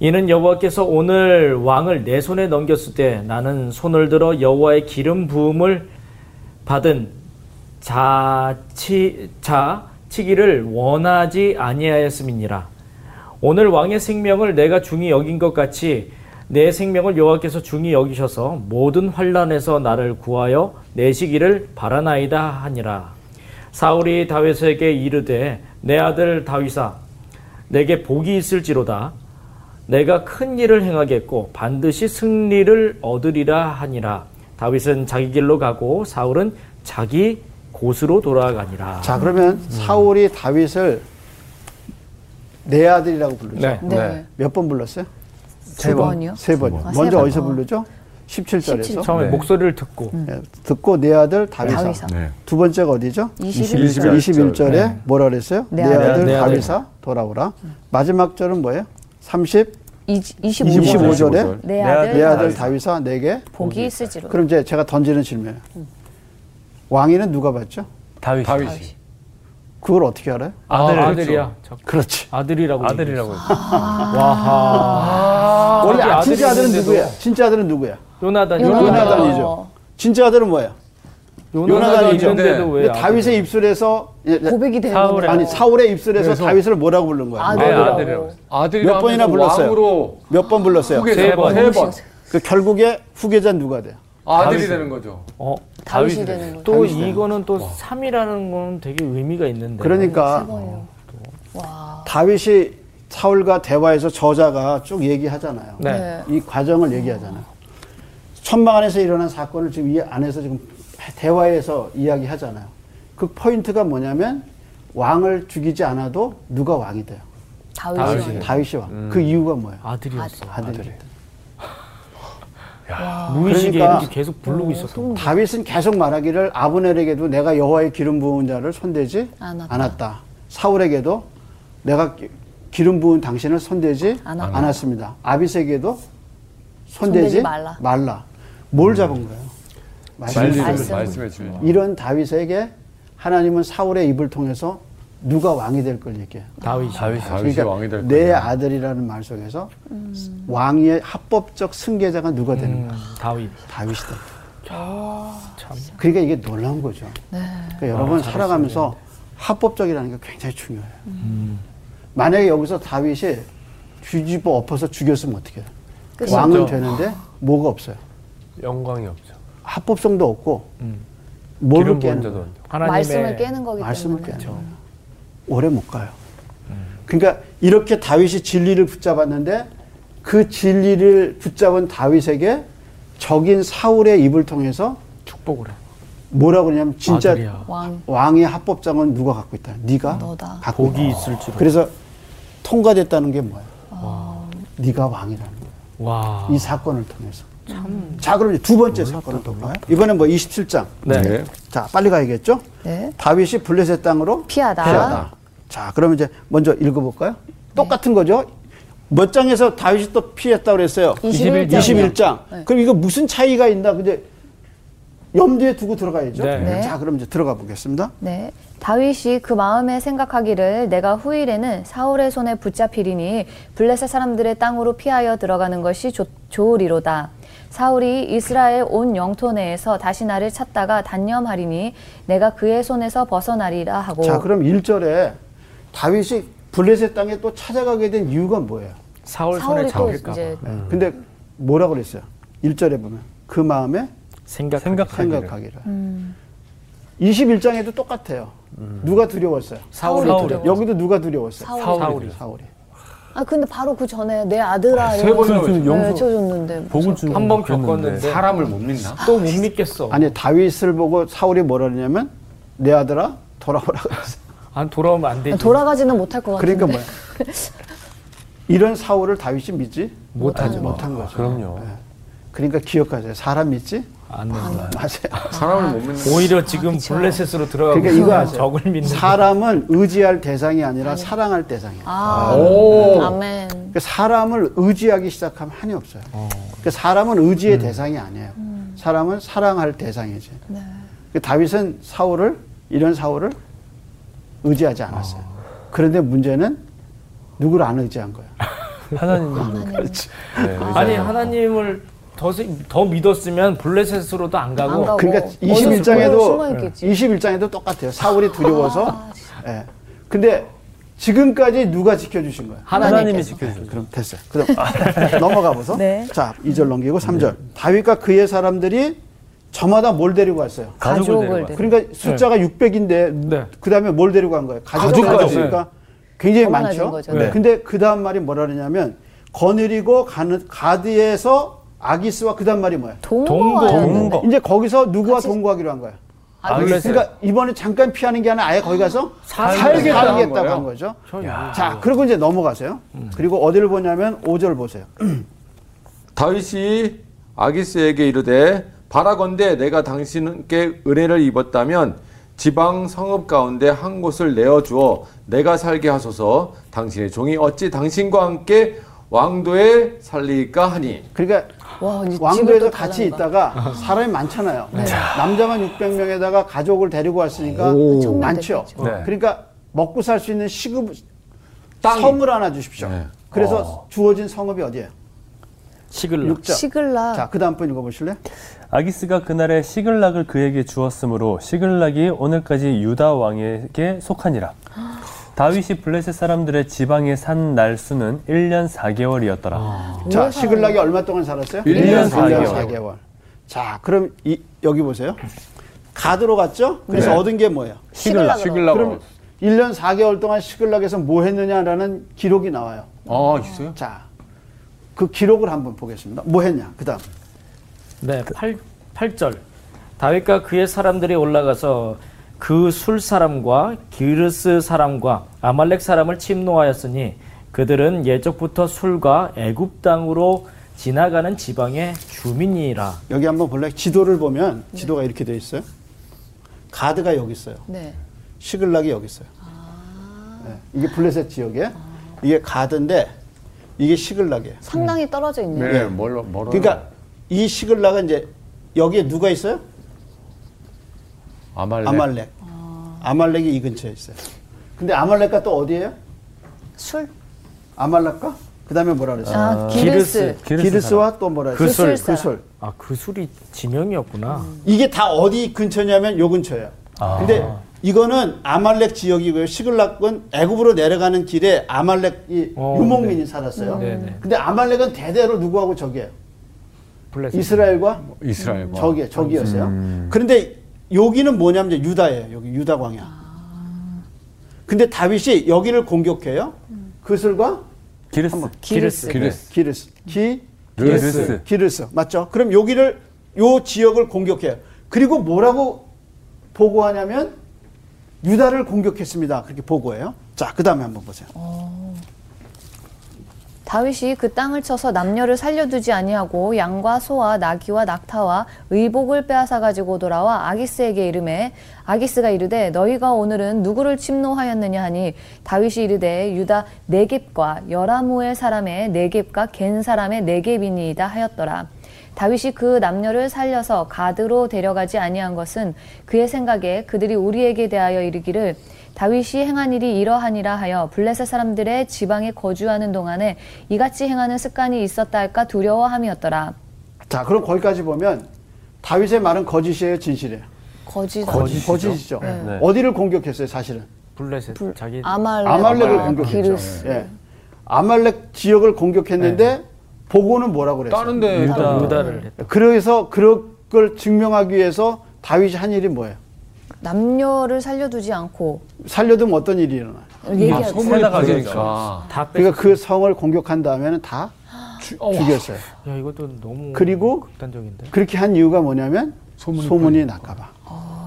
S2: 이는 여호와께서 오늘 왕을 내 손에 넘겼을 때 나는 손을 들어 여호와의 기름 부음을 받은 자치 자치기를 원하지 아니하였음이니라. 오늘 왕의 생명을 내가 중히 여긴 것 같이 내 생명을 여호와께서 중히 여기셔서 모든 환란에서 나를 구하여 내시기를 바라나이다 하니라. 사울이 다윗에게 이르되 내 아들 다윗아 내게 복이 있을지로다 내가 큰 일을 행하겠고 반드시 승리를 얻으리라 하니라. 다윗은 자기 길로 가고 사울은 자기 곳으로 돌아가니라. 음.
S3: 자, 그러면 사울이 다윗을 내 아들이라고 부르죠.
S2: 네.
S1: 네.
S6: 네.
S3: 몇 번 불렀어요?
S1: 두 번이요.
S3: 세 번.
S1: 번.
S3: 먼저
S1: 아, 세
S3: 어디서
S1: 번.
S3: 부르죠? 17절에서. 예,
S2: 처음에
S4: 네.
S2: 목소리를 듣고
S3: 듣고 내 아들 다윗아.
S1: 다윗아.
S6: 네.
S3: 두 번째가 어디죠?
S1: 21.
S6: 21절.
S3: 21절에 뭐라 그랬어요?
S5: 내
S3: 내,
S5: 아들.
S3: 아들
S2: 내 아들.
S3: 다윗아 돌아오라. 마지막 절은 뭐예요? 30
S5: 이, 25.
S3: 25 절에
S6: 25 절.
S1: 네,
S5: 내
S4: 내 아들
S5: 아들
S3: 내 아들 다윗아 내게
S1: 복이 있을지로.
S3: 그럼 이제 제가 던지는 질문이에요. 왕위는 누가 받죠?
S4: 다윗.
S6: 다윗이.
S3: 그걸 어떻게 알아요?
S4: 아들.
S2: 아, 아들이야. 저-
S3: 그렇지.
S2: 아들이라고.
S4: 아들이라고.
S2: 얘기했어. 와하.
S3: 원래
S2: 자기
S3: 아, 진짜 아들은
S2: 아들인데도
S3: 누구야? 진짜 아들은 누구야?
S2: 요나단이
S1: 요나단.
S3: 요나단이죠.
S1: 어,
S3: 진짜 아들은 뭐야?
S2: 요나단이
S3: 요나단이죠.
S2: 있는데도
S3: 근데
S2: 왜
S3: 다윗의 입술에서 예, 예,
S1: 고백이 되는
S4: 사울의
S1: 거네요.
S3: 아니 사울의 입술에서
S6: 그래서-
S3: 다윗을 뭐라고 부른 거야?
S5: 네.
S1: 아들.
S4: 내
S1: 아들이라고.
S4: 아들이라고.
S6: 아들이라고
S3: 몇 번이나
S6: 하면서
S3: 불렀어요?
S6: 왕으로
S3: 몇 번 불렀어요?
S6: 후계
S2: 세
S6: 세 번.
S2: 번.
S6: 세 번.
S3: 그 결국에 후계자 는 누가 돼요?
S6: 아들이 되는 거죠.
S2: 어,
S1: 다윗이
S4: 다윗이
S1: 되는 거죠.
S2: 또 이거는 또 3이라는 건 되게 의미가 있는데.
S3: 그러니까 다윗이 사울과 대화에서 저자가 쭉 얘기하잖아요.
S2: 네.
S3: 이 과정을 얘기하잖아요. 천막 안에서 일어난 사건을 지금 이 안에서 지금 대화에서 이야기하잖아요. 그 포인트가 뭐냐면 왕을 죽이지 않아도 누가 왕이 돼요.
S1: 다윗이.
S3: 다윗이 왕. 그 이유가 뭐예요?
S2: 아들이었어.
S3: 아들이.
S2: 무의식에
S3: 그러니까-
S2: 이렇게 계속 부르고 있었던 거야.
S3: 다윗은 계속 말하기를 아브넬에게도 내가 여호와의 기름 부은 자를 손대지
S1: 않았다.
S3: 않았다. 사울에게도 내가 기- 기름 부은 당신을 손대지
S1: 않았다.
S3: 않았습니다. 아비세에게도 손대지,
S1: 손대지 말라.
S3: 뭘 잡은 거예요? 말씀.
S1: 말씀.
S6: 음. 말씀해 주세요.
S3: 이런 다윗에게 하나님은 사울의 입을 통해서 누가 왕이 될 걸 얘기해요.
S2: 다윗이.
S6: 다윗이 왕이 될
S3: 그러니까 내
S6: 거다.
S3: 아들이라는 말 속에서
S1: 음.
S3: 왕의 합법적 승계자가 누가 되는
S2: 음,
S3: 가
S2: 다윗.
S3: 다윗이다.
S2: 참.
S3: 그러니까 이게 놀라운 거죠.
S1: 네.
S3: 그러니까 여러분 살아가면서 합법적이라는 게 굉장히 중요해요.
S4: 음.
S3: 만약에 여기서 다윗이 뒤집어 엎어서 죽였으면 어떻게 해요?
S1: 그죠.
S3: 왕은
S4: 그렇죠.
S3: 되는데 뭐가 없어요.
S4: 영광이 없죠.
S3: 합법성도 없고
S2: 음.
S3: 뭘로
S4: 기름 부은
S3: 깨는
S4: 자도
S3: 거예요?
S4: 안 되고.
S2: 하나님의
S1: 말씀을 깨는 거기 때문에.
S3: 말씀을 깨는 거예요. 오래 못 가요.
S4: 음.
S3: 그러니까 이렇게 다윗이 진리를 붙잡았는데 그 진리를 붙잡은 다윗에게 적인 사울의 입을 통해서
S2: 축복을 해.
S3: 뭐라고 그러냐면 진짜
S2: 아들이야.
S1: 왕.
S3: 왕의 합법장은 누가 갖고 있다? 네가
S1: 너다.
S3: 갖고
S2: 복이
S3: 있다.
S2: 있을 줄.
S3: 그래서 통과됐다는 게 뭐야?
S1: 아.
S3: 네가 왕이라는 거야.
S2: 와.
S3: 이 사건을 통해서. 자, 그럼 이제 두 번째 사건을 볼까요? 이번엔 뭐 27장.
S2: 네.
S3: 자, 빨리 가야겠죠?
S1: 네.
S3: 다윗이 블레셋 땅으로
S1: 피하다.
S3: 피하다. 자, 그러면 이제 먼저 읽어볼까요?
S1: 네.
S3: 똑같은 거죠. 몇 장에서 다윗이 또 피했다고 그랬어요?
S1: 21 장이요.
S3: 21 장.
S1: 네.
S3: 그럼 이거 무슨 차이가 있나? 근데 염두에 두고 들어가야죠.
S2: 네.
S1: 네.
S3: 자, 그럼 이제 들어가 보겠습니다.
S5: 네. 다윗이 그 마음에 생각하기를 내가 후일에는 사울의 손에 붙잡히리니 블레셋 사람들의 땅으로 피하여 들어가는 것이 좋, 좋으리로다. 사울이 이스라엘 온 영토 내에서 다시 나를 찾다가 단념하리니 내가 그의 손에서 벗어나리라 하고
S3: 자, 그럼 1절에 다윗이 블레셋 땅에 또 찾아가게 된 이유가 뭐예요?
S2: 사울 손에
S5: 사울이 또
S2: 잡힐까 봐.
S5: 이제
S3: 네. 근데 뭐라고 그랬어요? 1절에 보면 그 마음에
S2: 생각
S4: 생각하기를.
S3: 생각하기를. 21장에도 똑같아요. 누가 두려웠어요?
S2: 사울이
S1: 사울이
S2: 두려워.
S3: 여기도 누가 두려웠어요?
S2: 사울이.
S3: 사울이.
S1: 아 근데 바로 그 전에 내 아들아
S6: 세 번이나
S1: 네,
S4: 영수-
S1: 외쳐줬는데
S4: 복을 주는
S2: 한 번
S4: 거 그랬는데.
S2: 겪었는데
S6: 네. 사람을 못 믿나?
S2: 또 못 믿겠어.
S3: 아니 다윗을 보고 사울이 뭐라 그러냐면 내 아들아 돌아오라 그랬어.
S2: 안 돌아오면 안 되지.
S1: 돌아가지는 못할 것 같은데
S3: 그러니까 뭐야? 이런 사울을 다윗이 믿지
S2: 못하죠.
S3: 못한 거죠.
S4: 아, 그럼요.
S3: 그러니까 기억하세요. 사람 믿지
S2: 안
S3: 아,
S2: 된다.
S3: 마세요.
S6: 사람을 못 믿는
S2: 오히려 지금 블레셋으로 들어가고
S3: 그러니까 이거 아세요?
S2: 적을 믿는
S3: 사람은 의지할 대상이 아니라 사랑할 대상이에요.
S1: 아
S6: 오.
S2: 뭐.
S1: 아멘
S3: 그러니까 사람을 의지하기 시작하면 한이 없어요. 그러니까 사람은 의지의 대상이 아니에요.
S1: 음.
S3: 사람은 사랑할 대상이지.
S1: 네.
S3: 그 다윗은 사울을 이런 사울을 의지하지 않았어요. 그런데 문제는 누구를 안 의지한 거야.
S4: 하나님. 네,
S2: 아니 하나님을 더, 세- 더 믿었으면 블레셋으로도 안 가고,
S1: 안 가고.
S3: 그러니까
S1: 아, 뭐 어디서 숨어
S3: 21장에도 예,
S1: 있겠지. 아,
S3: 21장에도
S1: [LAUGHS]
S3: 똑같아요. 사울이 두려워서. 예. 근데 지금까지 누가 지켜주신 거야?
S4: 하나님이
S2: 네.
S4: 지켜주세요.
S3: 그럼 됐어요.
S2: [LAUGHS]
S3: 그럼 넘어가 보소.
S5: 네.
S3: 자, 2절 넘기고 3절.
S2: 네.
S3: 다윗과 그의 사람들이 저마다 뭘 데리고 왔어요?
S1: 가족을
S4: 데려가.
S1: 데려-
S3: 그러니까 숫자가 600인데
S2: 네.
S3: 그다음에 뭘 데리고 간 거예요?
S2: 가족까지.
S3: 가족까지. 그러니까 굉장히
S1: 더
S3: 많죠.
S1: 많아진 거죠.
S2: 네.
S3: 근데 그다음 말이 뭐라 그러냐면 거느리고 가는 가드에서 아기스와 그다음 말이 뭐야?
S1: 동거
S4: 동거.
S6: 어.
S3: 이제 거기서 누구와 동거하기로 한 거야? 그러니까 이번에 잠깐 피하는 게 아니라 아예 거기 가서
S2: 살겠다
S6: 한
S3: 살겠다고
S6: 거예요? 음.
S3: 한 거죠. 자, 그리고 이제 넘어가세요. 그리고 어디를 보냐면 5절 보세요.
S6: 다윗이 아기스에게 이르되 바라건대 내가 당신께 은혜를 입었다면 지방 성읍 가운데 한 곳을 내어 주어 내가 살게 하소서 당신의 종이 어찌 당신과 함께 왕도에 살리까 하니
S3: 그러니까
S5: 아,
S1: 와 이제 집을
S3: 왕도에서
S1: 또
S3: 같이
S1: 달라는 거야.
S3: 있다가 사람이 많잖아요.
S6: 네.
S3: 남자만 600명에다가 가족을 데리고 왔으니까
S1: 엄청
S3: 많죠.
S1: 많겠죠.
S4: 네.
S3: 그러니까 먹고 살 수 있는 시급
S6: 땅이.
S3: 성을 하나 주십시오.
S6: 네.
S3: 그래서 주어진 성읍이 어디예요?
S2: 시글라.
S3: 6절.
S1: 시글라
S3: 자, 그 다음 분 읽어보실래요?
S4: 아기스가 그날에 시글락을 그에게 주었으므로 시글락이 오늘까지 유다 왕에게 속하니라. 다윗이 블레셋 사람들의 지방에 산 날 수는 1년 4개월이었더라.
S3: 자, 시글락이 얼마 동안 살았어요?
S6: 일 년
S4: 사 개월.
S3: 4개월. 자, 그럼 이, 여기 보세요. 가드로 갔죠? 그래서
S6: 네.
S3: 얻은 게 뭐예요?
S1: 시글라
S3: 그럼 1년 4개월 동안 시글락에서 뭐 했느냐라는 기록이 나와요.
S6: 아 있어요?
S3: 자, 그 기록을 한번 보겠습니다. 뭐 했냐? 그 다음.
S2: 네, 8, 팔절 다윗과 그의 사람들이 올라가서 그 술 사람과 기르스 사람과 아말렉 사람을 침노하였으니 그들은 예적부터 술과 애굽 땅으로 지나가는 지방의 주민이라.
S3: 여기 한번 볼래요? 지도를 보면 지도가 이렇게 돼 있어요. 가드가 여기 있어요.
S1: 네
S3: 시글락이 여기 있어요.
S1: 아.
S3: 네, 이게 블레셋 지역에 이게 가드인데 이게 시글락이에요.
S1: 상당히 떨어져 있네요
S6: 네, 멀어 멀어.
S3: 예. 그러니까 이 시글락은 이제 여기에 누가 있어요?
S6: 아말렉.
S3: 아말렉. 아말렉이 이 근처에 있어요. 근데 아말렉과 또 어디예요?
S1: 술
S3: 아말렉과 그다음에 뭐라 그랬어요?
S1: 아,
S2: 기르스.
S1: 기르스.
S3: 기르스와 또 뭐라
S2: 그
S3: 그랬어요?
S2: 술.
S3: 그 술.
S2: 아, 그 술이 지명이었구나.
S3: 이게 다 어디 근처냐면 요 근처예요. 근데 이거는 아말렉 지역이고요. 시글락은 애굽으로 내려가는 길에 아말렉이
S2: 어,
S3: 유목민이
S2: 네.
S3: 살았어요.
S2: 음. 네, 네.
S3: 근데 아말렉은 대대로 누구하고 적이에요?
S2: 블레셋.
S3: 이스라엘과
S6: 뭐 이스라엘과
S3: 적이에요. 적이었어요.
S4: 음.
S3: 그런데 여기는 뭐냐면 이제 유다예요. 여기 유다 광야. 근데 다윗이 여기를 공격해요. 그슬과 네,
S4: 기르스. 네.
S1: 기르스
S6: 기레스.
S3: 기르스. 기
S4: 기르스.
S3: 기르스. 맞죠? 그럼 여기를 요 지역을 공격해요. 그리고 뭐라고 보고하냐면 유다를 공격했습니다. 그렇게 보고해요. 자, 그다음에 한번 보세요.
S5: 다윗이 그 땅을 쳐서 남녀를 살려두지 아니하고 양과 소와 나귀와 낙타와 의복을 빼앗아 가지고 돌아와 아기스에게 이르매 아기스가 이르되 너희가 오늘은 누구를 침노하였느냐 하니 다윗이 이르되 유다 네겝과 여라무엘 사람의 네겝과 겐 사람의 네겝이니이다 하였더라 다윗이 그 남녀를 살려서 가드로 데려가지 아니한 것은 그의 생각에 그들이 우리에게 대하여 이르기를 다윗이 행한 일이 이러하니라 하여 블레셋 사람들의 지방에 거주하는 동안에 이같이 행하는 습관이 있었다 할까 두려워함이었더라.
S3: 자, 그럼 거기까지 보면 다윗의 말은 거짓이에요, 진실이에요?
S1: 거지다
S4: 거짓이죠.
S3: 거짓이죠.
S4: 네.
S3: 어디를 공격했어요, 사실은?
S2: 블레셋. 자기
S1: 아말렉
S3: 아말렉을 공격했죠.
S1: 기르스
S3: 예. 아말렉 지역을 공격했는데 보고는 뭐라고 그랬어요?
S6: 다른데
S4: 유다.
S3: 네.
S2: 유다를 했다.
S3: 그래서 그걸 증명하기 위해서 다윗이 한 일이 뭐예요?
S1: 남녀를 살려두지 않고
S3: 살려두면 어떤 일이 일어나요?
S5: 얘기하죠.
S3: 아,
S6: 소문이
S4: 세다가
S6: 퍼지니까.
S2: 다 뺏.
S3: 그러니까 그 성을 공격한 다음에는 다 주- 죽였어요.
S2: 야 이것도 너무
S3: 그리고
S2: 극단적인데.
S3: 그렇게 한 이유가 뭐냐면 소문이, 날까봐.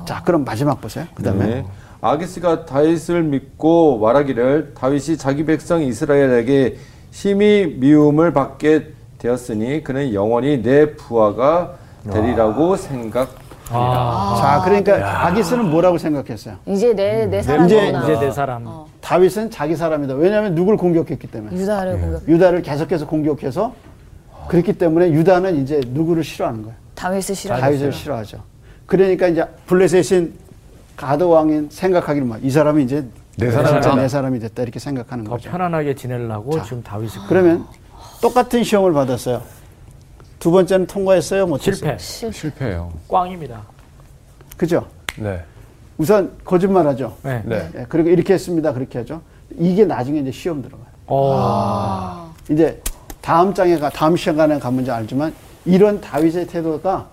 S3: 자, 그럼 마지막 보세요. 그 다음에.
S6: 네. 아기스가 다윗을 믿고 말하기를 다윗이 자기 백성 이스라엘에게 심히 미움을 받게 되었으니 그는 영원히 내 부하가 되리라고 생각.
S2: 아,
S3: 자, 그러니까 아기스는 뭐라고 생각했어요?
S1: 이제 내, 내
S3: 음, 이제- 아. 어.
S1: 사람이구나.
S2: 이제 내 사람.
S3: 다윗은 자기 사람이다. 왜냐하면 누굴 공격했기 때문에.
S1: 유다를 공격.
S3: 유다를 계속해서 공격해서 그렇기 때문에 유다는 이제 누구를 싫어하는 거예요?
S1: 다윗을
S5: 아,
S1: 싫어.
S3: 다윗을
S5: 그렇죠.
S3: 싫어하죠. 그러니까 이제 블레셋 신 가드 왕인 생각하기는 뭐이 사람이 이제
S7: 내 사람이다.
S3: 진짜 내 사람이 됐다 이렇게 생각하는
S2: 더
S3: 거죠.
S2: 어, 편안하게 지내려고 지금 다윗이.
S3: 아. 그러면 똑같은 시험을 받았어요. 두 번째는 통과했어요, 못했어요.
S2: 실패.
S7: 실패해요.
S2: 꽝입니다.
S3: 그죠?
S7: 네.
S3: 우선 거짓말하죠.
S2: 네.
S7: 네.
S3: 예, 그리고 이렇게 했습니다, 그렇게 하죠. 이게 나중에 이제 시험 들어가요. 아. 이제 다음 장에 가 다음 시간에 가면 이제 알지만 이런 다윗의 태도가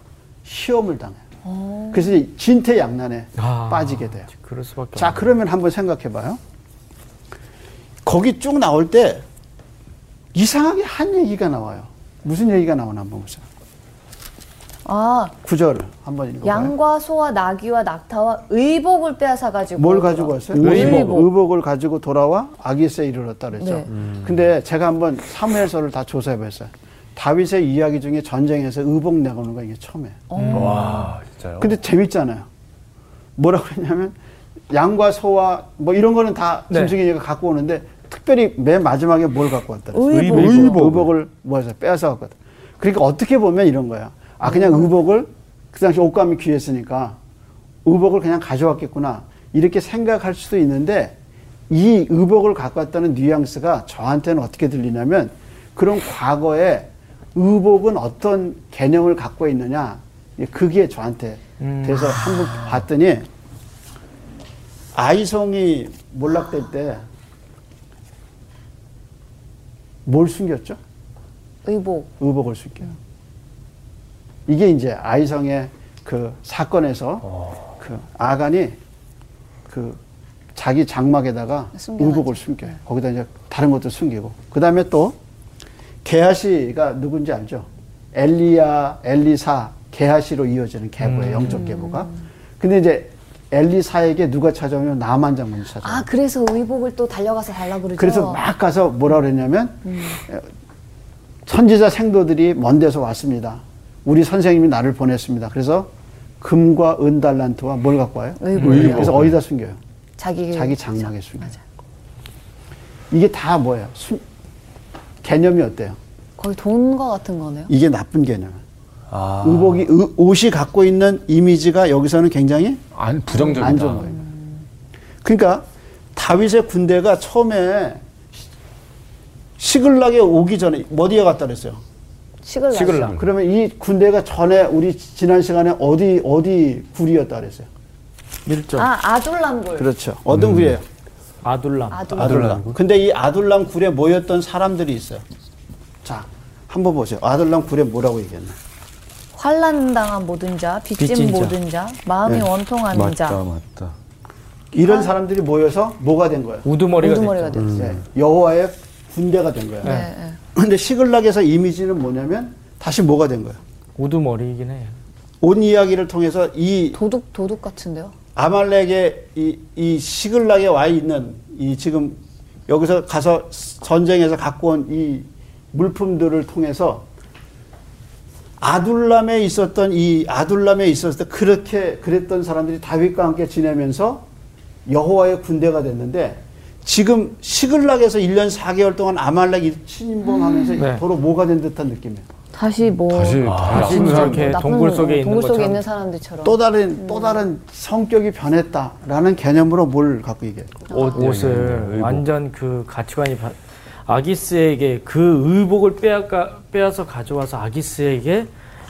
S3: 시험을 당해요. 그래서 이제 진퇴양난에
S2: 아.
S3: 빠지게 돼요.
S2: 그럴 수밖에.
S3: 자,
S2: 없네.
S3: 그러면 한번 생각해 봐요. 거기 쭉 나올 때 이상하게 한 얘기가 나와요. 무슨 얘기가 나오나 한번 보세요.
S5: 아,
S3: 구절을 한번 읽어 봐요.
S5: 양과 소와 나귀와 낙타와 의복을 빼앗아 가지고
S3: 뭘 가지고 왔어요?
S5: 의복.
S3: 의복을 가지고 돌아와 아기스에 이르렀다 그랬죠.
S5: 네.
S3: 근데 제가 한번 사무엘서를 다 조사해 봤어요. 다윗의 이야기 중에 전쟁에서 의복 나오는 거 이게 처음이에요.
S5: 어.
S4: 와, 진짜요?
S3: 근데 재밌잖아요. 뭐라고 했냐면 양과 소와 뭐 이런 거는 다
S2: 네.
S3: 짐승이니까 갖고 오는데 특별히 맨 마지막에 뭘 갖고 왔다 그랬어요?
S5: 의복.
S3: 의복. 의복을 뭐해서 빼앗아 왔거든. 그러니까 어떻게 보면 이런 거야. 아 그냥 의복을 그 당시 옷감이 귀했으니까 의복을 그냥 가져왔겠구나 이렇게 생각할 수도 있는데 이 의복을 갖고 왔다는 뉘앙스가 저한테는 어떻게 들리냐면 그런 과거에 의복은 어떤 개념을 갖고 있느냐 그게 저한테 그래서 한번 봤더니 아이성이 몰락될 때 뭘 숨겼죠?
S1: 의복.
S3: 의복을 숨겨요. 이게 이제 아이성의 그 사건에서 그 아간이 그 자기 장막에다가
S1: 숨겨가지고.
S3: 의복을 숨겨요. 거기다 이제 다른 것도 숨기고. 그 다음에 또 게하시가 누군지 알죠? 엘리야, 엘리사, 게하시로 이어지는 계보예요. 영적 계보가.
S1: 음.
S3: 근데 이제 엘리사에게 누가 찾아오면 나만 장군이 찾아와요.
S5: 아, 그래서 의복을 또 달려가서 달라 그러죠.
S3: 그래서 막 가서 뭐라 그랬냐면 에, 선지자 생도들이 먼 데서 왔습니다. 우리 선생님이 나를 보냈습니다. 그래서 금과 은 달란트와 뭘 갖고 와요? 네,
S1: 의복을.
S3: 그래서 어디다 숨겨요?
S1: 자기
S3: 자기 장막에 숨겨요. 이게 다 뭐예요? 숨- 개념이 어때요?
S1: 거의 돈과 같은 거네요.
S3: 이게 나쁜 개념.
S7: 아.
S3: 의복이 의- 옷이 갖고 있는 이미지가 여기서는 굉장히
S7: 안 부정적이다.
S3: 안 좋은 거예요. 그러니까 다윗의 군대가 처음에 시글락에 오기 전에 어디에 갔다 그랬어요?
S1: 식을 날
S2: 시글락.
S3: 그러면 이 군대가 전에 우리 지난 시간에 어디 어디 구리였다 그랬어요.
S2: 일점
S5: 아, 아둘람골.
S3: 그렇죠. 어떤 구리예요?
S2: 아둘람.
S3: 아둘람. 근데 이 아둘람 굴에 모였던 사람들이 있어요. 자, 한번 보세요. 아둘람 굴에 뭐라고 얘기했나?
S5: 환란 당한 모든 자, 빚진,
S2: 빚진 자.
S5: 모든 자, 마음이 원통한 자.
S6: 맞다.
S3: 이런 사람들이 모여서 뭐가 된 거예요?
S2: 우두머리가
S1: 우두머리가
S2: 됐죠.
S3: 네, 여호와의 군대가 된 거예요.
S5: 네,
S3: 근데 시글락에서 이미지는 뭐냐면 다시 뭐가 된 거예요?
S2: 우두머리이긴 해.
S3: 온 이야기를 통해서 이
S1: 도둑 도둑 같은데요.
S3: 아말렉의 이, 이 시글락에 와 있는 이 지금 여기서 가서 전쟁에서 갖고 온 이 물품들을 통해서 아둘람에 있었던 이 아둘람에 있었을 때 그렇게 그랬던 사람들이 다윗과 함께 지내면서 여호와의 군대가 됐는데 지금 시글락에서 1년 4개월 동안 아말렉 침범하면서
S2: 네.
S3: 도로 뭐가 된 듯한 느낌이에요.
S5: 그러니까.
S1: 다시 뭐
S7: 다시
S2: 아, 다시
S7: 나쁜 사람.
S2: 이렇게
S1: 나쁜
S2: 동굴 속에 있는
S1: 동굴 속에
S2: 것처럼.
S1: 있는 사람들처럼.
S3: 또 다른 또 다른 성격이 변했다라는 개념으로 뭘 갖고 얘기해요?
S5: 아.
S2: 옷, 옷을 완전 그 가치관이 바- 아기스에게 그 의복을 빼앗가, 빼앗아 가져와서 아기스에게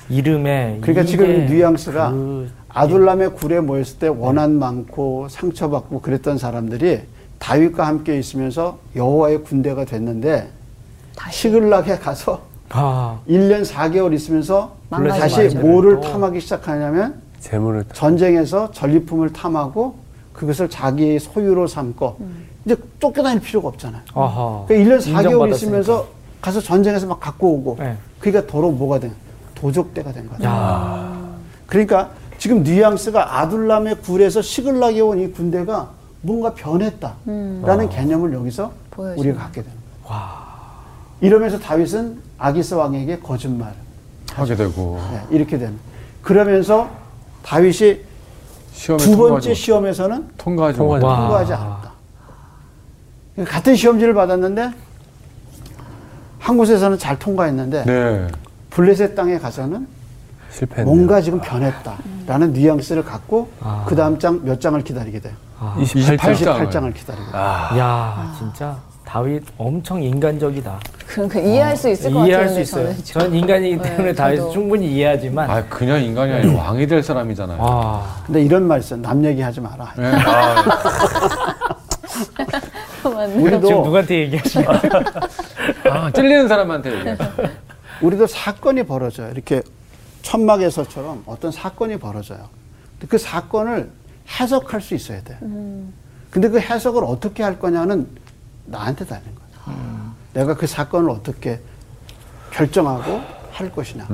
S2: 이름에
S3: 그러니까 지금 이
S2: 이게
S3: 뉘앙스가
S2: 음, 네. 그-
S3: 아둘람의 굴에 모였을 때 원한 많고 상처받고 그랬던 사람들이 다윗과 함께 있으면서 여호와의 군대가 됐는데
S2: 예.
S3: 시글락에 가서
S2: 아,
S3: 1년 4개월 있으면서
S2: 망가지
S3: 다시
S2: 말자를
S3: 뭐를
S2: 또.
S3: 탐하기 시작하냐면
S4: 재물을
S3: 전쟁에서 전리품을 탐하고 그것을 자기 소유로 삼고 이제 쫓겨다닐 필요가 없잖아요.
S2: 음. 아하.
S3: 그러니까 1년 4개월
S2: 인정받았으니까.
S3: 있으면서 가서 전쟁에서 막 갖고 오고
S2: 네.
S3: 그러니까 도로 뭐가 된 도적대가 된 거죠.
S2: 야,
S3: 그러니까 지금 뉘앙스가 아둘람의 굴에서 시글락에 온 이 군대가 뭔가 변했다라는 개념을 여기서
S5: 음. 보여지네.
S3: 우리가 갖게 되는 거예요. 이러면서 다윗은 아기스 왕에게 거짓말
S6: 하게 되고
S3: 네, 이렇게 되는. 그러면서 다윗이
S6: 시험에
S3: 두 번째
S6: 통과하지
S3: 시험에서는
S6: 못- 통과하지
S2: 통과하지
S6: 못하고.
S2: 와.
S3: 통과하지 않았다. 같은 시험지를 받았는데 한 곳에서는 잘 통과했는데
S6: 네.
S3: 블레셋 땅에 가서는
S4: 실패했네요.
S3: 뭔가 지금 변했다라는 뉘앙스를 갖고
S2: 아.
S3: 그 다음 장 몇 장을 기다리게 돼요.
S6: 28 장을.
S3: 28장을 기다리게 돼요.
S2: 야, 진짜 다윗 엄청 인간적이다.
S5: [LAUGHS] 그러니까 이해할 수 있을 것 같아요.
S2: 이해할 수
S5: 근데
S2: 있어요.
S5: 저는
S2: 전 인간이기
S5: 네,
S2: 때문에 다윗을
S5: 저도.
S2: 충분히 이해하지만
S6: 아 그냥 인간이 아니라 왕이 될 사람이잖아요.
S2: 아,
S3: 근데 이런 말 있어요. 남 얘기하지 마라.
S6: 네. 아,
S3: [LAUGHS]
S2: 지금
S3: 우리도,
S2: 누구한테 얘기하시는
S3: [LAUGHS]
S2: 거예요?
S6: 아, 찔리는 사람한테 얘기해.
S3: 우리도 사건이 벌어져요. 이렇게 천막에서처럼 어떤 사건이 벌어져요. 근데 그 사건을 해석할 수 있어야 돼요. 근데 그 해석을 어떻게 할 거냐는 나한테 달린 거예요. 내가 그 사건을 어떻게 결정하고 할 것이냐.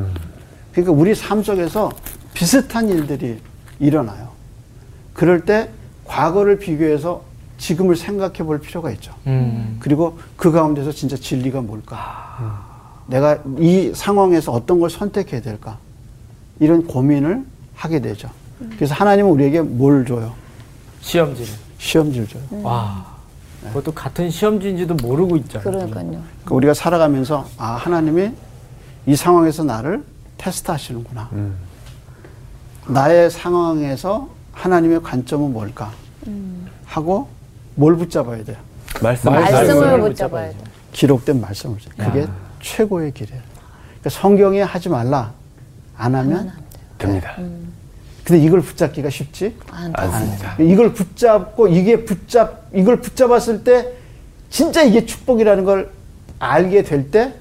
S3: 그러니까 우리 삶 속에서 비슷한 일들이 일어나요. 그럴 때 과거를 비교해서 지금을 생각해 볼 필요가 있죠.
S2: 음.
S3: 그리고 그 가운데서 진짜 진리가 뭘까? 내가 이 상황에서 어떤 걸 선택해야 될까? 이런 고민을 하게 되죠. 그래서 하나님은 우리에게 뭘 줘요?
S2: 시험지를.
S3: 시험지를 줘요.
S2: 와, 그것도 같은 시험지인지도 모르고 있잖아요.
S5: 네. 그러니까요.
S3: 그러니까 우리가 살아가면서 아 하나님이 이 상황에서 나를 테스트하시는구나. 나의 상황에서 하나님의 관점은 뭘까? 하고 뭘 붙잡아야 돼요?
S4: 말씀
S5: 말씀을 붙잡아야 돼.
S3: 기록된 말씀을. 붙잡- 그게 최고의 길이에요. 그러니까 성경에 하지 말라 안 음. 하면
S4: 됩니다.
S3: 근데 이걸 붙잡기가 쉽지
S5: 안
S3: 않습니다. 이걸 붙잡고 이게 붙잡 이걸 붙잡았을 때 진짜 이게 축복이라는 걸 알게 될 때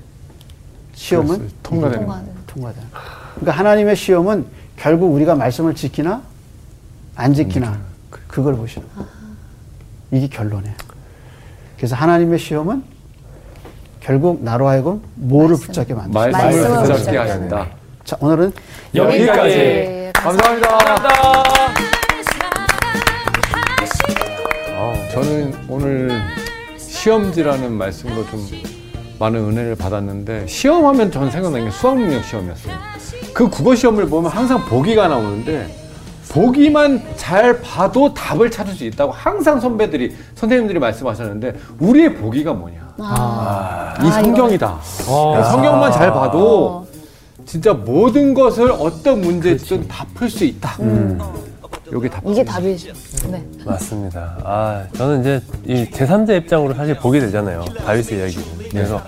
S3: 시험은
S6: 통과되는 거.
S5: 통하는.
S3: 통과다. 그러니까 하나님의 시험은 결국 우리가 말씀을 지키나 안 지키나 음, 그걸 보시는 거예요. 이게 결론이에요. 그래서 하나님의 시험은 결국 나로 하여금 뭐를 붙잡게 만드는 거예요.
S6: 말씀을
S5: 말씀을
S6: 붙잡게
S5: 붙잡게
S6: 하신다.
S3: 자, 오늘은
S2: 여기까지.
S5: 네,
S6: 감사합니다.
S2: 감사합니다.
S6: 어, 저는 오늘 시험지라는 말씀으로 좀 많은 은혜를 받았는데 시험하면 전 생각나는 게 수학능력 시험이었어요. 그 국어 시험을 보면 항상 보기가 나오는데 보기만 잘 봐도 답을 찾을 수 있다고 항상 선배들이 선생님들이 말씀하셨는데 우리의 보기가 뭐냐? 이 성경이다. 아.
S2: 어.
S6: 성경만 잘 봐도 진짜 모든 것을 어떤 문제든 다 풀 수 있다. 여기 답.
S5: 이게 답이죠. 네.
S4: 맞습니다. 아, 저는 이제 이 제3자 입장으로 사실 보게 되잖아요. 다윗의 이야기를. 그래서,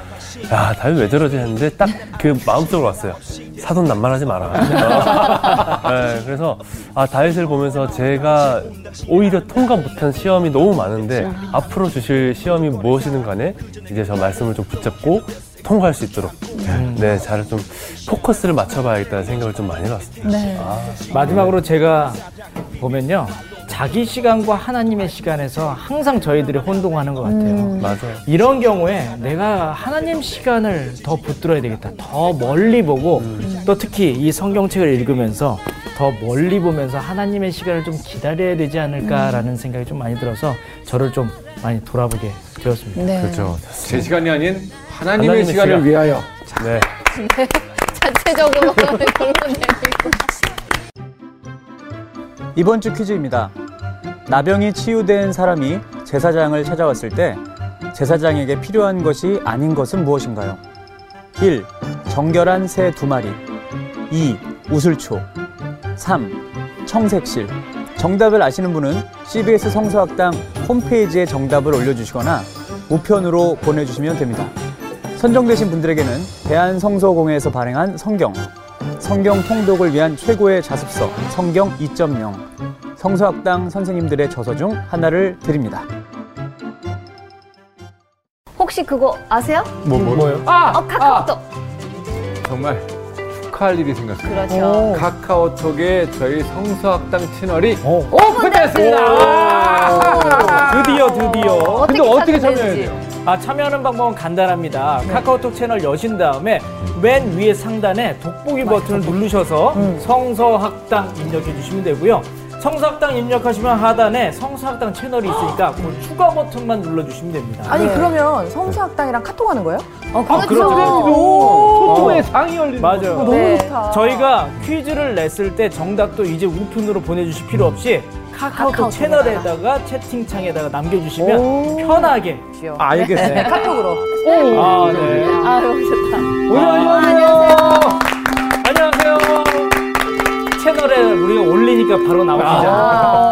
S4: 야, 다윗 왜 저러지 했는데 딱 그 마음속으로 왔어요. 사돈 낭만하지 마라. [LAUGHS] 네, 그래서, 아, 다윗을 보면서 제가 오히려 통과 못한 시험이 너무 많은데 앞으로 주실 시험이 무엇이든 간에 이제 저 말씀을 좀 붙잡고 통과할 수 있도록 네, 잘 좀 포커스를 맞춰봐야겠다는 생각을 좀 많이 해봤습니다.
S5: 네,
S2: 마지막으로 제가 보면요. 자기 시간과 하나님의 시간에서 항상 저희들이 혼동하는 것 같아요.
S5: 음.
S4: 맞아요.
S2: 이런 경우에 내가 하나님 시간을 더 붙들어야 되겠다. 더 멀리 보고
S5: 음.
S2: 또 특히 이 성경책을 읽으면서 더 멀리 보면서 하나님의 시간을 좀 기다려야 되지
S5: 음.
S2: 않을까라는 생각이 좀 많이 들어서 저를 좀 많이 돌아보게 되었습니다.
S5: 네.
S6: 그렇죠. 제 시간이 아닌 하나님의,
S4: 하나님의
S6: 시간을
S4: 시간.
S6: 위하여.
S4: 네.
S5: 자체적으로 결론 내리고.
S8: 이번 주 퀴즈입니다. 나병이 치유된 사람이 제사장을 찾아왔을 때 제사장에게 필요한 것이 아닌 것은 무엇인가요? 1. 정결한 새 두 마리 2. 우슬초 3. 청색실 정답을 아시는 분은 CBS 성서학당 홈페이지에 정답을 올려주시거나 우편으로 보내주시면 됩니다. 선정되신 분들에게는 대한성서공회에서 발행한 성경 성경 통독을 위한 최고의 자습서 성경 2.0 성서학당 선생님들의 저서 중 하나를 드립니다.
S9: 혹시 그거 아세요?
S6: 뭐, 뭐요?
S9: 아,
S5: 어,
S9: 카카오톡.
S6: 정말 축하할 일이 생겼어요.
S9: 그렇죠.
S6: 카카오톡에 저희 성수학당 채널이
S2: 오.
S6: 어.
S9: 오픈됐습니다.
S2: 아, 드디어 드디어.
S7: 근데 어떻게 참여해야
S5: 되는지.
S7: 돼요?
S2: 아, 참여하는 방법은 간단합니다. 카카오톡 채널 여신 다음에 맨 위에 상단에 돋보기 버튼을 누르셔서 성서학당 입력해 주시면 되고요. 성서학당 입력하시면 하단에 성서학당 채널이 있으니까 그 추가 버튼만 눌러주시면 됩니다.
S7: 네.
S10: 아니 그러면 성수학당이랑 카톡하는 거예요?
S5: 어,
S2: 아, 그렇죠.
S7: 소통의 상이 열리는
S2: 맞아요.
S10: 너무
S5: 네.
S10: 좋다.
S2: 저희가 퀴즈를 냈을 때 정답도 이제 우편으로 보내주실 필요 없이
S5: 카카오톡에다가.
S2: 카카오톡 채널에다가 채팅창에다가 남겨주시면 편하게.
S7: 알겠어요.
S10: 카톡으로.
S2: 아, 네.
S1: 아, 너무 좋다.
S2: 어,
S7: 오늘 어, 안녕하세요.
S2: 안녕하세요. 채널에 우리가 올리니까 바로
S7: [LAUGHS]
S2: 나오시죠.
S10: 아.